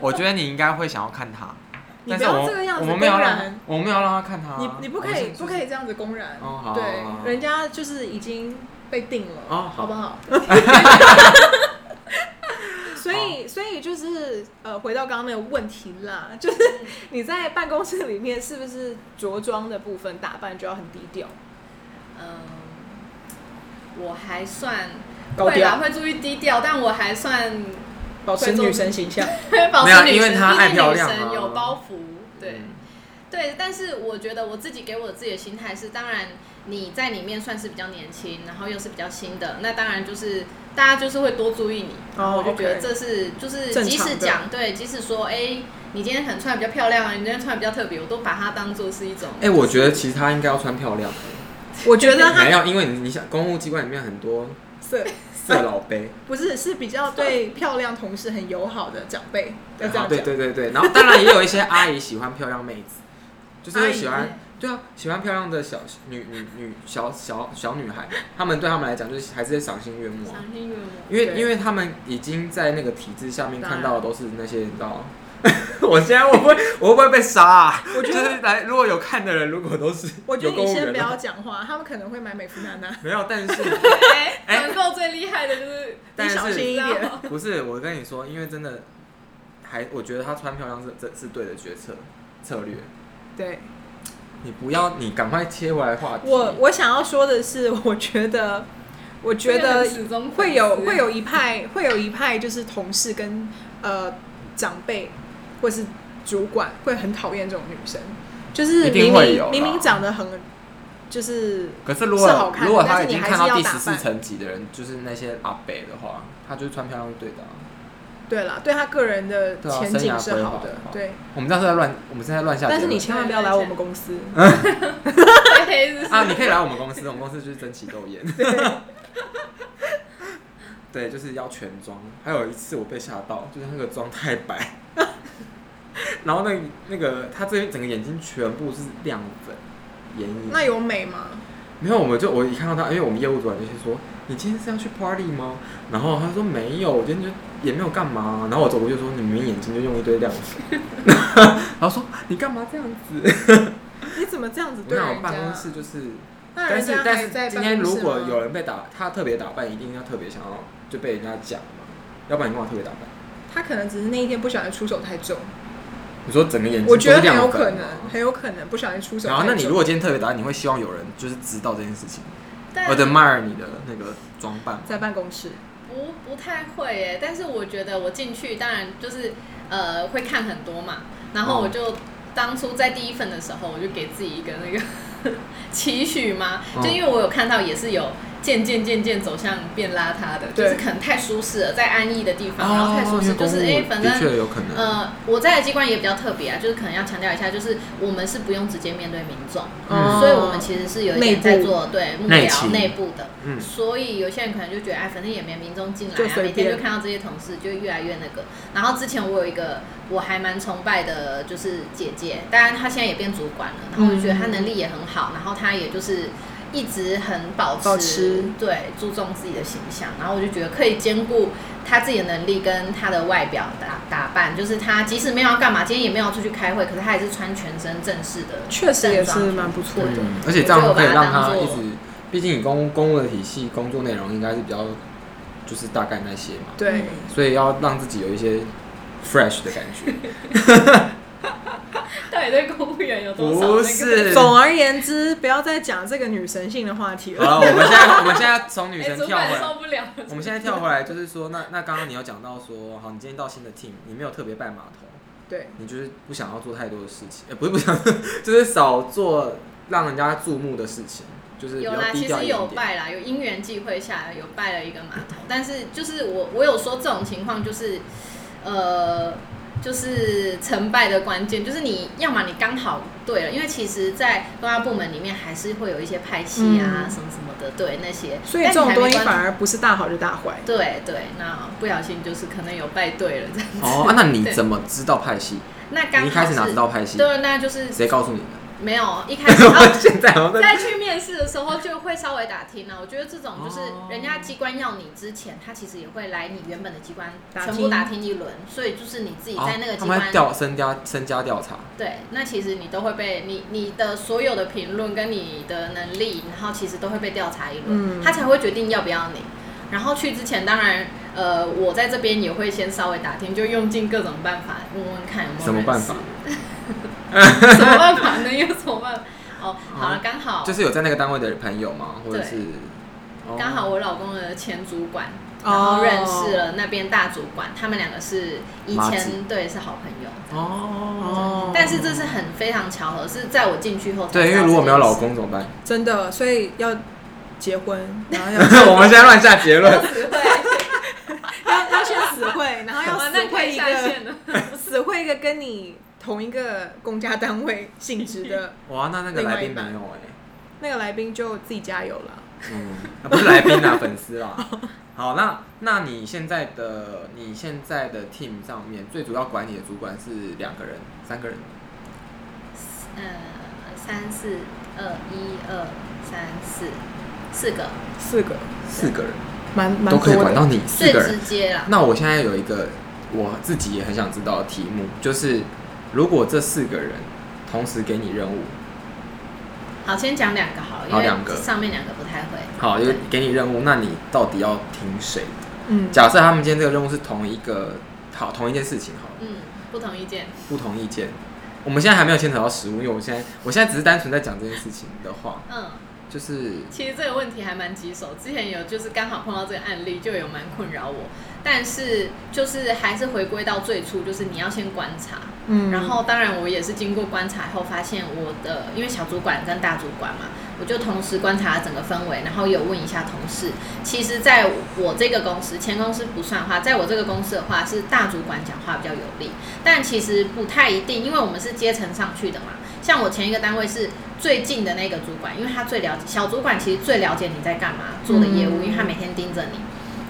Speaker 1: 我觉得你应该会想要看她。
Speaker 2: 你
Speaker 1: 但
Speaker 2: 不
Speaker 1: 是我
Speaker 2: 要
Speaker 1: 们
Speaker 2: 这个样子
Speaker 1: 我们没有
Speaker 2: 公
Speaker 1: 让
Speaker 2: 然，
Speaker 1: 我们没有让她看她啊。
Speaker 2: 你你不可以不可
Speaker 1: 以。
Speaker 2: 以这样子公然，
Speaker 1: 哦好好好好
Speaker 2: 对，人家就是已经被定了，
Speaker 1: 哦好
Speaker 2: 好不好？ 所以，所以就是呃，回到刚刚那个问题啦，就是
Speaker 1: 嗯
Speaker 2: 你在办公室里面是不是着装的部分打扮就要很低调？
Speaker 3: 嗯，我还算
Speaker 2: 高
Speaker 3: 会啦，
Speaker 2: 调，
Speaker 3: 会注意低调，但我还算
Speaker 2: 保持女神形 象。
Speaker 3: 保
Speaker 1: 没有
Speaker 3: 持女
Speaker 1: 因为
Speaker 3: 神，
Speaker 1: 她
Speaker 3: 毕
Speaker 1: 爱
Speaker 3: 竟
Speaker 1: 漂
Speaker 3: 女
Speaker 1: 亮
Speaker 3: 神
Speaker 1: 啊
Speaker 3: 有包袱，对、
Speaker 1: 嗯
Speaker 3: 对。但是我觉得我自己给我自己的心态是，当然你在里面算是比较年轻，然后又是比较新的，那当然就是大家就是会多注意你，
Speaker 2: 哦
Speaker 3: 我就觉得
Speaker 2: OK
Speaker 3: 这是就是
Speaker 2: 正
Speaker 3: 即
Speaker 2: 常
Speaker 3: 使
Speaker 2: 的
Speaker 3: 讲对，即使说哎、你今天可能穿的比较漂亮啊，你今天穿的比较特别，我都把它当做是一种。
Speaker 1: 哎、我觉得其实她应该要穿漂亮。
Speaker 2: 我觉得他
Speaker 1: 没有，因为你你想，公务机关里面很多
Speaker 2: 色
Speaker 1: 色老杯，
Speaker 2: 不是是比较对漂亮同事很友好的长辈，要这样
Speaker 1: 对
Speaker 2: 讲。
Speaker 1: 对对对，然后当然也有一些阿姨喜欢漂亮妹子，就是会喜
Speaker 2: 阿
Speaker 1: 欢
Speaker 2: 姨，嗯
Speaker 1: 对啊，喜欢漂亮的小女女女小小小女孩，她们对她们来讲就是还是赏心悦目啊，
Speaker 3: 赏心悦目。
Speaker 1: 因为
Speaker 2: 对
Speaker 1: 因为她们已经在那个体制下面
Speaker 2: 当然
Speaker 1: 看到的都是那些你知道吗。我现在我不会我会不会被杀、啊？
Speaker 2: 我觉得
Speaker 1: 就是来如果有看的人，如果都是
Speaker 2: 我觉
Speaker 1: 有
Speaker 2: 得
Speaker 1: 公
Speaker 2: 你
Speaker 1: 务员
Speaker 2: 先不
Speaker 1: 的话
Speaker 2: 要讲话，他们可能会买美芙娜娜，
Speaker 1: 没有， 但是
Speaker 3: 哎
Speaker 1: 哎
Speaker 3: 团购最厉害的就是
Speaker 1: 但
Speaker 2: 你
Speaker 1: 是
Speaker 2: 小心一
Speaker 3: 知
Speaker 2: 点。
Speaker 3: 道
Speaker 1: 不是，我跟你说，因为真的还，我觉得她穿漂亮是这是对的决策策略。
Speaker 2: 对
Speaker 1: 你不要，你赶快切回来话题。
Speaker 2: 我，我想要说的是， 我觉得，我觉得
Speaker 3: 始终
Speaker 2: 会 有会有一派会有一派就是同事跟呃长辈或是主管会很讨厌这种女生，就是
Speaker 1: 一定
Speaker 2: 明
Speaker 1: 会有啦
Speaker 2: 明明明长得很就是
Speaker 1: 可是如
Speaker 2: 是好
Speaker 1: 果
Speaker 2: 看的
Speaker 1: 如果
Speaker 2: 但
Speaker 1: 他
Speaker 2: 是
Speaker 1: 已
Speaker 2: 你
Speaker 1: 经
Speaker 2: 还
Speaker 1: 看
Speaker 2: 是
Speaker 1: 到
Speaker 2: 要
Speaker 1: 第
Speaker 2: 打
Speaker 1: 十四
Speaker 2: 扮
Speaker 1: 层级的人，就是那些阿北的话，他就是穿漂亮是对的啊、
Speaker 2: 对啦，对他个人的
Speaker 1: 对啊
Speaker 2: 前
Speaker 1: 生
Speaker 2: 景
Speaker 1: 涯
Speaker 2: 是
Speaker 1: 规
Speaker 2: 好
Speaker 1: 划
Speaker 2: 的
Speaker 1: 的话，
Speaker 2: 对。
Speaker 1: 我们这样是在乱，我们是在乱下结论。
Speaker 2: 但是你千万不要来我们公司，
Speaker 1: 嗯
Speaker 3: 会黑是
Speaker 1: 啊，你可以来我们公司，我们公司就是争奇斗艳。对，就是要全妆。还有一次我被吓到，就是那个妆太白， 然后那那个他这边整个眼睛全部是亮粉，眼影。
Speaker 2: 那有美吗？
Speaker 1: 没有，我们就我一看到他，因为我们业务主管就先说：“你今天是要去 party 吗？”然后他说：“没有，我今天就也没有干嘛、然后我走过去就说：“你明明眼睛就用一堆亮粉。” 然后说：“你干嘛这样子
Speaker 2: 你怎么这样子？”
Speaker 1: 我
Speaker 2: 对人
Speaker 1: 想
Speaker 2: 家？
Speaker 1: 我办公室就是
Speaker 2: 那
Speaker 1: 但
Speaker 2: 人
Speaker 1: 是
Speaker 2: 家
Speaker 1: 但
Speaker 2: 还在
Speaker 1: 是今
Speaker 2: 办
Speaker 1: 天
Speaker 2: 公
Speaker 1: 如
Speaker 2: 室
Speaker 1: 果
Speaker 2: 吗
Speaker 1: 有人被打，他特别打扮，一定要特别想要就被人家讲嘛，要不然你干嘛特别打扮？
Speaker 2: 他可能只是那一天不小心出手太重，
Speaker 1: 你说整个眼睛
Speaker 2: 我觉得
Speaker 1: 都是
Speaker 2: 很有
Speaker 1: 亮粉
Speaker 2: 可
Speaker 1: 吗
Speaker 2: 能，很有可能不小心出手太重。
Speaker 1: 然后，那你如果今天特别打扮，你会希望有人就是知道这件事情
Speaker 3: 但
Speaker 1: ，admire 你的那个装扮吗。
Speaker 2: 在办公室，
Speaker 3: 不不太会耶，但是我觉得我进去当然就是呃会看很多嘛，然后我就当初在第一份的时候，我就给自己一个那个 期许嘛，
Speaker 1: 嗯
Speaker 3: 就因为我有看到也是有渐渐渐渐走向变邋遢的，就
Speaker 2: 对
Speaker 3: 是可能太舒适了，在安逸的地方，然后太
Speaker 1: 哦，
Speaker 3: 舒
Speaker 1: 因为
Speaker 3: 适，就
Speaker 1: 公务
Speaker 3: 是哎、诶反
Speaker 1: 的
Speaker 3: 正。
Speaker 1: 确有可能。
Speaker 3: 呃，我在的机关也比较特别啊，就是可能要强调一下，就是我们是不用直接面对民众，
Speaker 1: 嗯
Speaker 3: 哦所以我们其实是有一点在做对幕
Speaker 1: 内
Speaker 3: 僚
Speaker 1: 勤
Speaker 3: 内部的，
Speaker 1: 嗯
Speaker 3: 所以有些人可能就觉得哎，反正也没民众进来
Speaker 2: 就
Speaker 3: 啊，
Speaker 2: 随
Speaker 3: 每
Speaker 2: 便
Speaker 3: 天就看到这些同事，就越来越那个。然后之前我有一个我还蛮崇拜的，就是姐姐，当然她现在也变主管了，然后我就觉得她能力也很好，然后她也就是。一直很保持
Speaker 2: 嗯保持
Speaker 3: 对注重自己的形象，然后我就觉得可以兼顾她自己的能力跟她的外表打打扮，就是她即使没有要干嘛，今天也没有要出去开会，可是她还是穿全身正式的，
Speaker 2: 确实也是
Speaker 3: 正装
Speaker 2: 蛮不错
Speaker 1: 嗯
Speaker 2: 的。，
Speaker 1: 而且这样
Speaker 3: 我就
Speaker 1: 可以
Speaker 3: 把它
Speaker 1: 让他
Speaker 3: 当
Speaker 1: 一
Speaker 3: 作
Speaker 1: 直，毕竟你公公务的体系工作内容应该是比较，就是大概那些嘛，
Speaker 2: 对，
Speaker 1: 所以要让自己有一些 fresh 的感觉。
Speaker 3: 到底对公务员有多少、那个？
Speaker 1: 不是，
Speaker 2: 总而言之，不要再讲这个女神性的话题
Speaker 1: 好了，
Speaker 2: 了。
Speaker 1: 我们现在我们现在从女
Speaker 3: 哎，
Speaker 1: 神
Speaker 3: 主
Speaker 1: 跳回
Speaker 3: 管
Speaker 1: 来
Speaker 3: 受，不了。
Speaker 1: 我们现在跳回来就是说，那那刚刚你有讲到说，好，你今天到新的 team，你没有特别拜码头，
Speaker 2: 对，
Speaker 1: 你就是不想要做太多的事情，呃，不是不想， 就是少做让人家注目的事情，就是比
Speaker 3: 有
Speaker 1: 较
Speaker 3: 啦，
Speaker 1: 低
Speaker 3: 其
Speaker 1: 调
Speaker 3: 实
Speaker 1: 一
Speaker 3: 有
Speaker 1: 点点。
Speaker 3: 拜啦，有因缘际会下来有拜了一个码头，但是就是我我有说这种情况就是，呃，就是成败的关键就是你要么你刚好对了，因为其实，在公安部门里面还是会有一些派系啊、
Speaker 2: 嗯
Speaker 3: 什么什么的，对那些，
Speaker 2: 所以
Speaker 3: 但
Speaker 2: 这
Speaker 3: 你
Speaker 2: 种
Speaker 3: 还没
Speaker 2: 东西
Speaker 3: 关
Speaker 2: 反而不是大好就大坏。
Speaker 3: 对对，那不小心就是可能有拜对了这样。
Speaker 1: 哦、啊，那你
Speaker 3: 对
Speaker 1: 怎么知道派系？
Speaker 3: 那刚好
Speaker 1: 你一开始哪
Speaker 3: 是
Speaker 1: 知道派系？
Speaker 3: 对，那就是
Speaker 1: 谁告诉你的？
Speaker 3: 没有一开始。 哦
Speaker 1: 现在好像在
Speaker 3: 在去面试的时候就会稍微打听了、啊我觉得这种就是
Speaker 1: 哦
Speaker 3: 人家机关要你之前，他其实也会来你原本的机关
Speaker 2: 打
Speaker 3: 全部
Speaker 2: 听
Speaker 3: 打听一轮，所以就是你自己
Speaker 1: 哦
Speaker 3: 在那个
Speaker 1: 他
Speaker 3: 机
Speaker 1: 们
Speaker 3: 关、
Speaker 1: 在调身家身家调查，
Speaker 3: 对，那其实你都会被你你的所有的评论跟你的能力，然后其实都会被调查一轮，
Speaker 2: 嗯
Speaker 3: 他才会决定要不要你。然后去之前，当然，呃，我在这边也会先稍微打听，就用尽各种办法问问看有没有
Speaker 1: 什么
Speaker 3: 认
Speaker 1: 办
Speaker 3: 识
Speaker 1: 法？
Speaker 3: 什么办法呢？有什么办法？哦，好了，刚好
Speaker 1: 就是有在那个单位的朋友吗？或者
Speaker 3: 对
Speaker 1: 是哦
Speaker 3: 刚好我老公的前主管，
Speaker 2: 哦
Speaker 3: 然后认识了那边大主管，他们两个是以
Speaker 1: 麻
Speaker 3: 前
Speaker 1: 子
Speaker 3: 对是好朋友，
Speaker 2: 哦
Speaker 1: 哦，
Speaker 3: 但是这是很非常巧合，是在我进去后才
Speaker 1: 对，因
Speaker 3: 知道
Speaker 1: 为如果没有老
Speaker 3: 这件
Speaker 1: 公怎么办？
Speaker 2: 真的，所以要结婚，然 后
Speaker 1: 我们现在乱下结论。
Speaker 3: 事，对，
Speaker 2: 要要要先死会，然后要
Speaker 3: 哇
Speaker 2: 死
Speaker 3: 那可
Speaker 2: 会
Speaker 3: 以
Speaker 2: 一
Speaker 3: 下
Speaker 2: 个
Speaker 3: 线了。
Speaker 2: 死会一个跟你同一个公家单位性质 的
Speaker 1: 哇，那那个
Speaker 2: 另外
Speaker 1: 来宾
Speaker 2: 一半
Speaker 1: 没有哎、
Speaker 2: 那个来宾，就自己加油了。
Speaker 1: 嗯，啊不是来宾啊，粉丝 啦。好，那那你现在的你现在的 team 上面最主要管你的主管是两个人、三个人，
Speaker 3: 呃，三四二一二三四，四个
Speaker 2: 四个，
Speaker 1: 四个人
Speaker 2: 蛮蛮
Speaker 1: 都可以
Speaker 2: 多
Speaker 1: 管
Speaker 2: 的。
Speaker 1: 到你四
Speaker 3: 最
Speaker 1: 个人
Speaker 3: 直。接啦。
Speaker 1: 那我现在有一个我自己也很想知道的题目，就是如果这四个人同时给你任务，
Speaker 3: 好，先讲两个好了，因
Speaker 1: 好
Speaker 3: 为
Speaker 1: 两个
Speaker 3: 上面两个不太会。
Speaker 1: 好，就
Speaker 3: 对
Speaker 1: 给你任务，那你到底要听谁？
Speaker 2: 嗯，
Speaker 1: 假设他们今天这个任务是同一个好同一件事情好了，
Speaker 3: 嗯，不同意见。
Speaker 1: 不同意见。我们现在还没有牵扯到食物，因为我现在我现在只是单纯在讲这件事情的话，
Speaker 3: 嗯，
Speaker 1: 就是
Speaker 3: 其实这个问题还蛮棘手，之前有就是刚好碰到这个案例，就有蛮困扰我。但是就是还是回归到最初，就是你要先观察，
Speaker 2: 嗯
Speaker 3: 然后当然我也是经过观察后发现我的，因为小主管跟大主管嘛，我就同时观察整个氛围，然后也有问一下同事。其实在我这个公司，前公司不算的话，在我这个公司的话是大主管讲话比较有力，但其实不太一定，因为我们是阶层上去的嘛。像我前一个单位是最近的那个主管，因为他最了解小主管，其实最了解你在干嘛做的业务，
Speaker 2: 嗯
Speaker 3: 因为他每天盯着你。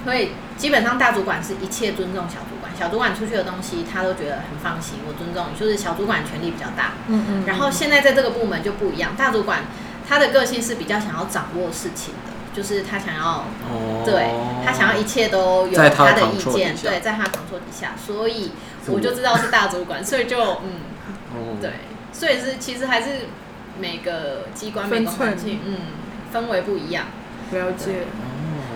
Speaker 3: 所以基本上大主管是一切尊重小主管，小主管出去的东西他都觉得很放心，我尊重你，就是小主管权力比较大。
Speaker 2: 嗯嗯，
Speaker 3: 然后现在在这个部门就不一样，大主管他的个性是比较想要掌握事情的，就是他想要
Speaker 1: 哦，
Speaker 3: 对他想要一切都有
Speaker 1: 在他的
Speaker 3: 的意
Speaker 1: control
Speaker 3: 见，
Speaker 1: 底下
Speaker 3: 对，在他的 control 底下，所以
Speaker 1: 是我
Speaker 3: 我就知道是大主管，所以就嗯。
Speaker 1: 哦
Speaker 3: 对，，所以是其实还是每个机关、
Speaker 2: 分
Speaker 3: 每个环
Speaker 2: 寸
Speaker 3: 境，嗯，氛围不一样。
Speaker 2: 了解。
Speaker 1: 哦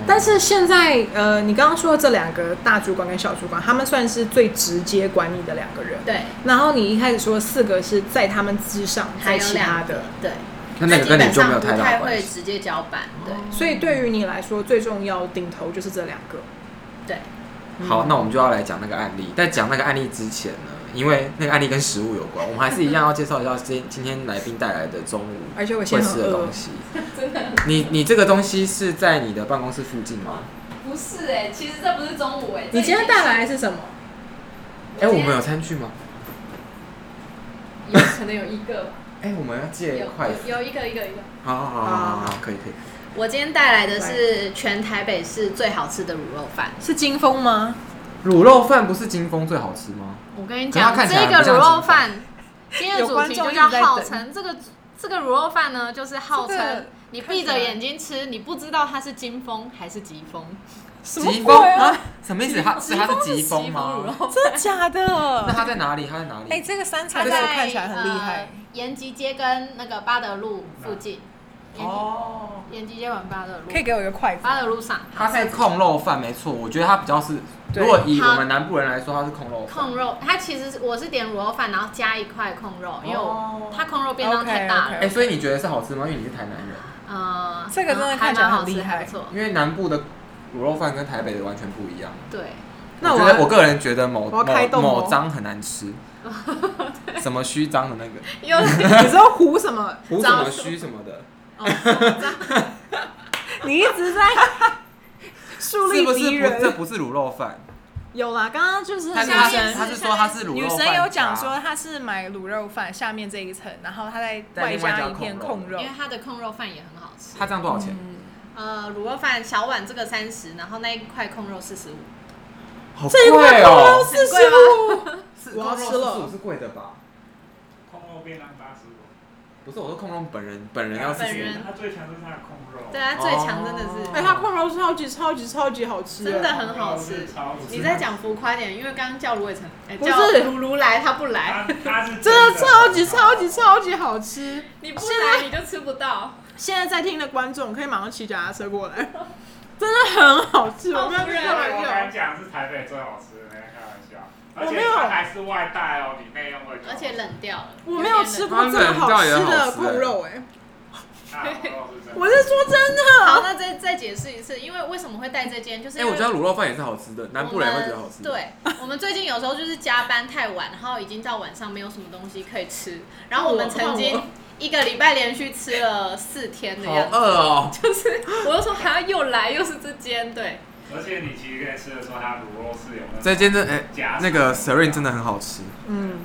Speaker 2: 但是现在，呃，你刚刚说的这两个大主管跟小主管，他们算是最直接管理的两个人。
Speaker 3: 对，
Speaker 2: 然后你一开始说四个是在他们之上，
Speaker 3: 还
Speaker 2: 在
Speaker 3: 有
Speaker 2: 其他
Speaker 3: 两
Speaker 2: 的
Speaker 3: 个，，对，
Speaker 1: 那那个
Speaker 3: 基
Speaker 1: 跟你
Speaker 3: 本
Speaker 1: 就没有
Speaker 3: 上不
Speaker 1: 太大
Speaker 3: 太
Speaker 1: 关
Speaker 3: 会
Speaker 1: 系，
Speaker 3: 直接交板，对
Speaker 2: 所以对于你来说最重要顶头就是这两个。
Speaker 3: 对。
Speaker 1: 好，那我们就要来讲那个案例。在讲那个案例之前呢，因为那个案例跟食物有关，我们还是一样要介绍一下今今天来宾带来的中午
Speaker 2: 而且我
Speaker 1: 会
Speaker 2: 现在
Speaker 1: 吃
Speaker 2: 很
Speaker 1: 的
Speaker 2: 饿
Speaker 1: 东，西。你你这个东西是在你的办公室附近吗？
Speaker 4: 不是
Speaker 3: 欸
Speaker 4: 哎、其实这不是中午哎、
Speaker 2: 你今天带来
Speaker 4: 这
Speaker 2: 的是什么？
Speaker 1: 哎、我们有餐具吗？
Speaker 3: 有可能有一个吧，
Speaker 1: 哎、我们要
Speaker 3: 有
Speaker 1: 借筷子。
Speaker 3: 有有一个一个一个。
Speaker 1: 好好好好好好，可以可以。
Speaker 3: 我今天带来的是全台北市最好吃的卤肉饭。
Speaker 2: 是金峰吗？
Speaker 1: 卤肉饭不是金峰最好吃吗？
Speaker 3: 我跟你
Speaker 1: 可是
Speaker 3: 讲，
Speaker 1: 它看
Speaker 3: 这
Speaker 1: 起来
Speaker 3: 个
Speaker 1: 不像
Speaker 3: 卤肉饭，今天的
Speaker 2: 有
Speaker 3: 主
Speaker 2: 观
Speaker 3: 题
Speaker 2: 众
Speaker 3: 就
Speaker 2: 一
Speaker 3: 叫
Speaker 2: 直在
Speaker 3: 号
Speaker 2: 等
Speaker 3: 称这个这个卤肉饭呢，就是号
Speaker 2: 这个
Speaker 3: 称你闭
Speaker 2: 看
Speaker 3: 着
Speaker 2: 起来
Speaker 3: 眼睛吃，你不知道它是金峰还是疾风。
Speaker 2: 什么
Speaker 1: 疾
Speaker 2: 鬼
Speaker 1: 风
Speaker 2: 啊？
Speaker 1: 啊？什么意思？它是它是疾风吗？
Speaker 2: 真的假
Speaker 1: 啊那
Speaker 2: 的？
Speaker 1: 它在哪里？它在哪里？
Speaker 2: 哎，这个三
Speaker 3: 它
Speaker 2: 彩
Speaker 1: 这
Speaker 2: 我
Speaker 1: 个
Speaker 3: 在
Speaker 2: 看起来很厉害
Speaker 3: 呃。延吉街跟那个八德路附近。延吉
Speaker 1: 哦，
Speaker 3: 延吉街往八德
Speaker 2: 可以
Speaker 3: 路，
Speaker 2: 给我一个筷子？
Speaker 3: 八德路上。
Speaker 1: 它在控肉饭，没错。我觉得它比较是，
Speaker 2: 对
Speaker 1: 如果以
Speaker 3: 它
Speaker 1: 我们南部人来说，它是控肉饭。
Speaker 3: 控肉，它其实是我是点卤肉饭，然后加一块控肉，因为我
Speaker 1: 哦
Speaker 3: 它控肉便当太大了。
Speaker 1: 哎、所以你觉得是好吃吗？因为你是台南人，
Speaker 3: 嗯，
Speaker 2: 这个真的看起来
Speaker 3: 还蛮好
Speaker 2: 很厉
Speaker 3: 吃，
Speaker 2: 害
Speaker 3: 还不 错。
Speaker 1: 因为南部的卤肉饭跟台北的完全不一样。
Speaker 3: 对，
Speaker 2: 那
Speaker 1: 我
Speaker 2: 我
Speaker 1: 觉得我个人觉得某
Speaker 2: 我要开
Speaker 1: 某
Speaker 2: 动哦
Speaker 1: 某章很难 吃，什么虚章的那个
Speaker 3: 又
Speaker 2: 你知道胡什么？
Speaker 1: 胡什么虚什么的，
Speaker 3: 哦
Speaker 2: 你一直在 树
Speaker 1: 是
Speaker 2: 立
Speaker 1: 不是
Speaker 2: 敌
Speaker 1: 不这
Speaker 2: 人。
Speaker 1: 不是卤肉饭？
Speaker 2: 有啦，刚刚就是
Speaker 1: 他是
Speaker 2: 女
Speaker 1: 他
Speaker 3: 下
Speaker 1: 是
Speaker 3: 面
Speaker 1: 他
Speaker 2: 生，
Speaker 1: 是说他是卤肉饭
Speaker 2: 女
Speaker 1: 加
Speaker 2: 生有讲说她是买卤肉饭下面这一层，然后她再
Speaker 1: 再
Speaker 2: 外
Speaker 1: 另外加
Speaker 2: 一片
Speaker 1: 控
Speaker 2: 控
Speaker 1: 肉
Speaker 2: 肉
Speaker 3: 因为。它的控肉饭也很好吃。
Speaker 1: 他这样多少钱？
Speaker 2: 嗯
Speaker 3: 呃，卤肉饭小碗这个三十，然后那一块控肉四十五。
Speaker 1: 好
Speaker 2: 这一块
Speaker 1: 贵
Speaker 2: 控肉
Speaker 1: 哦！
Speaker 2: 四十
Speaker 3: 很
Speaker 2: 五，
Speaker 1: 是
Speaker 2: 我要
Speaker 1: 控肉
Speaker 2: 吃了
Speaker 1: 45是贵的吧？
Speaker 5: 控肉便当八十五，
Speaker 1: 不是，我说控肉本人本人要吃
Speaker 3: 本人
Speaker 5: 他最强是他的控肉，
Speaker 3: 对，它最强真的是，
Speaker 1: 哦
Speaker 2: 哎，它控肉超级超级超级好吃，
Speaker 3: 真的
Speaker 5: 控肉
Speaker 3: 很好
Speaker 5: 是
Speaker 2: 啊
Speaker 3: 吃。
Speaker 5: 超级
Speaker 3: 你再讲浮夸点，因为刚刚叫芦苇城，哎
Speaker 2: 不
Speaker 3: 叫
Speaker 2: 是啊
Speaker 3: 鲁鲁来，他不来，
Speaker 5: 他他是
Speaker 2: 真的超级
Speaker 5: 很好
Speaker 2: 超级超级好吃。
Speaker 3: 你不来你就吃不到。
Speaker 2: 现在在听的观众可以马上骑脚踏车过来， 真的很好吃，我没有在开
Speaker 5: 我
Speaker 2: 玩
Speaker 5: 敢
Speaker 2: 笑。
Speaker 5: 讲是台北最好吃的，没在开玩笑。而
Speaker 2: 我没
Speaker 5: 且
Speaker 2: 有
Speaker 5: 它还是外带哦，你内用会就好。
Speaker 3: 而且冷掉了，
Speaker 2: 我没有吃
Speaker 3: 过。
Speaker 2: 过这么好吃的控肉哎、
Speaker 5: 啊控肉是真的
Speaker 2: 我是说真
Speaker 3: 好，
Speaker 2: 的，
Speaker 3: 那再再解释一次，因为为什么会带这间，就是
Speaker 1: 哎，
Speaker 3: 因为
Speaker 1: 我觉得卤肉饭也是好吃的，南部人会觉得好吃。
Speaker 3: 我们对，我们最近有时候就是加班太晚，然后已经到晚上没有什么东西可以吃，然后我们曾
Speaker 2: 换
Speaker 3: 经
Speaker 2: 我
Speaker 3: 一个礼拜连续吃了四天的
Speaker 1: 好
Speaker 3: 样子，
Speaker 1: 饿哦！
Speaker 3: 就是我就说还要又来又是这间，对，
Speaker 5: 而且你其实可以吃得出它卤肉是有那种
Speaker 1: 这间真哎，
Speaker 5: 夹
Speaker 1: 那个 Serin 真的很好吃。
Speaker 2: 嗯，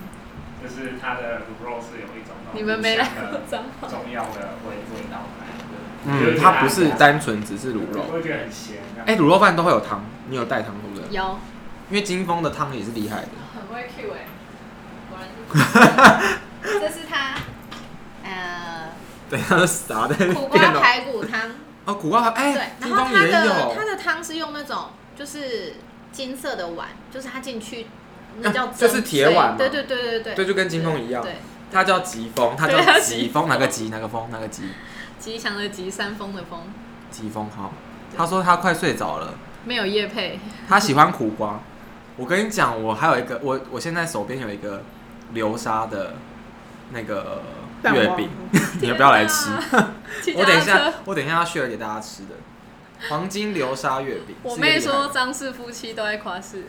Speaker 5: 就是它的卤肉是有一种那种
Speaker 3: 你们没来过
Speaker 5: 很
Speaker 3: 彰化，
Speaker 5: 重要的味味道来
Speaker 1: 嗯，它不是单纯只是卤肉。
Speaker 5: 会觉得很咸。
Speaker 1: 哎，卤肉饭都会有汤，你有带汤对不对？
Speaker 3: 有
Speaker 1: 因为金峰的汤也是厉 害的。
Speaker 3: 很会 Q 哎、果然是，这是他呃
Speaker 1: 对，它是撒在
Speaker 3: 苦瓜
Speaker 1: 电脑。
Speaker 3: 排骨汤，
Speaker 1: 哦，苦瓜排
Speaker 3: 对
Speaker 1: 哎，，
Speaker 3: 然
Speaker 1: 金
Speaker 3: 后
Speaker 1: 峰
Speaker 3: 它
Speaker 1: 也
Speaker 3: 的
Speaker 1: 有
Speaker 3: 它。的汤是用那种就是金色的碗，就是它进去那
Speaker 1: 啊
Speaker 3: 叫
Speaker 1: 就是
Speaker 3: 蒸
Speaker 1: 铁碗嘛
Speaker 3: 对对对对对
Speaker 1: 对，就跟金峰一样
Speaker 3: 对，，
Speaker 1: 它叫疾风，它
Speaker 3: 对它
Speaker 1: 叫
Speaker 3: 疾
Speaker 1: 疾风，哪个疾哪个风哪个疾
Speaker 3: 吉祥的吉，山峰的峰，
Speaker 1: 疾风好。他说他快睡着了，
Speaker 3: 没有叶配，
Speaker 1: 他喜欢苦瓜。我跟你讲，我还有一个，我我现在手边有一个流沙的那个
Speaker 2: 蛋
Speaker 1: 月
Speaker 2: 黄
Speaker 1: 饼， 你们不要来吃。
Speaker 3: 骑
Speaker 1: 我
Speaker 3: 脚
Speaker 1: 等一
Speaker 3: 踏
Speaker 1: 下
Speaker 3: 车。，
Speaker 1: 我等一下要 share 给大家吃的黄金流沙月饼。
Speaker 3: 我
Speaker 1: 是一个
Speaker 3: 妹
Speaker 1: 厉害
Speaker 3: 说
Speaker 1: 的，
Speaker 3: 张氏夫妻都在夸饰，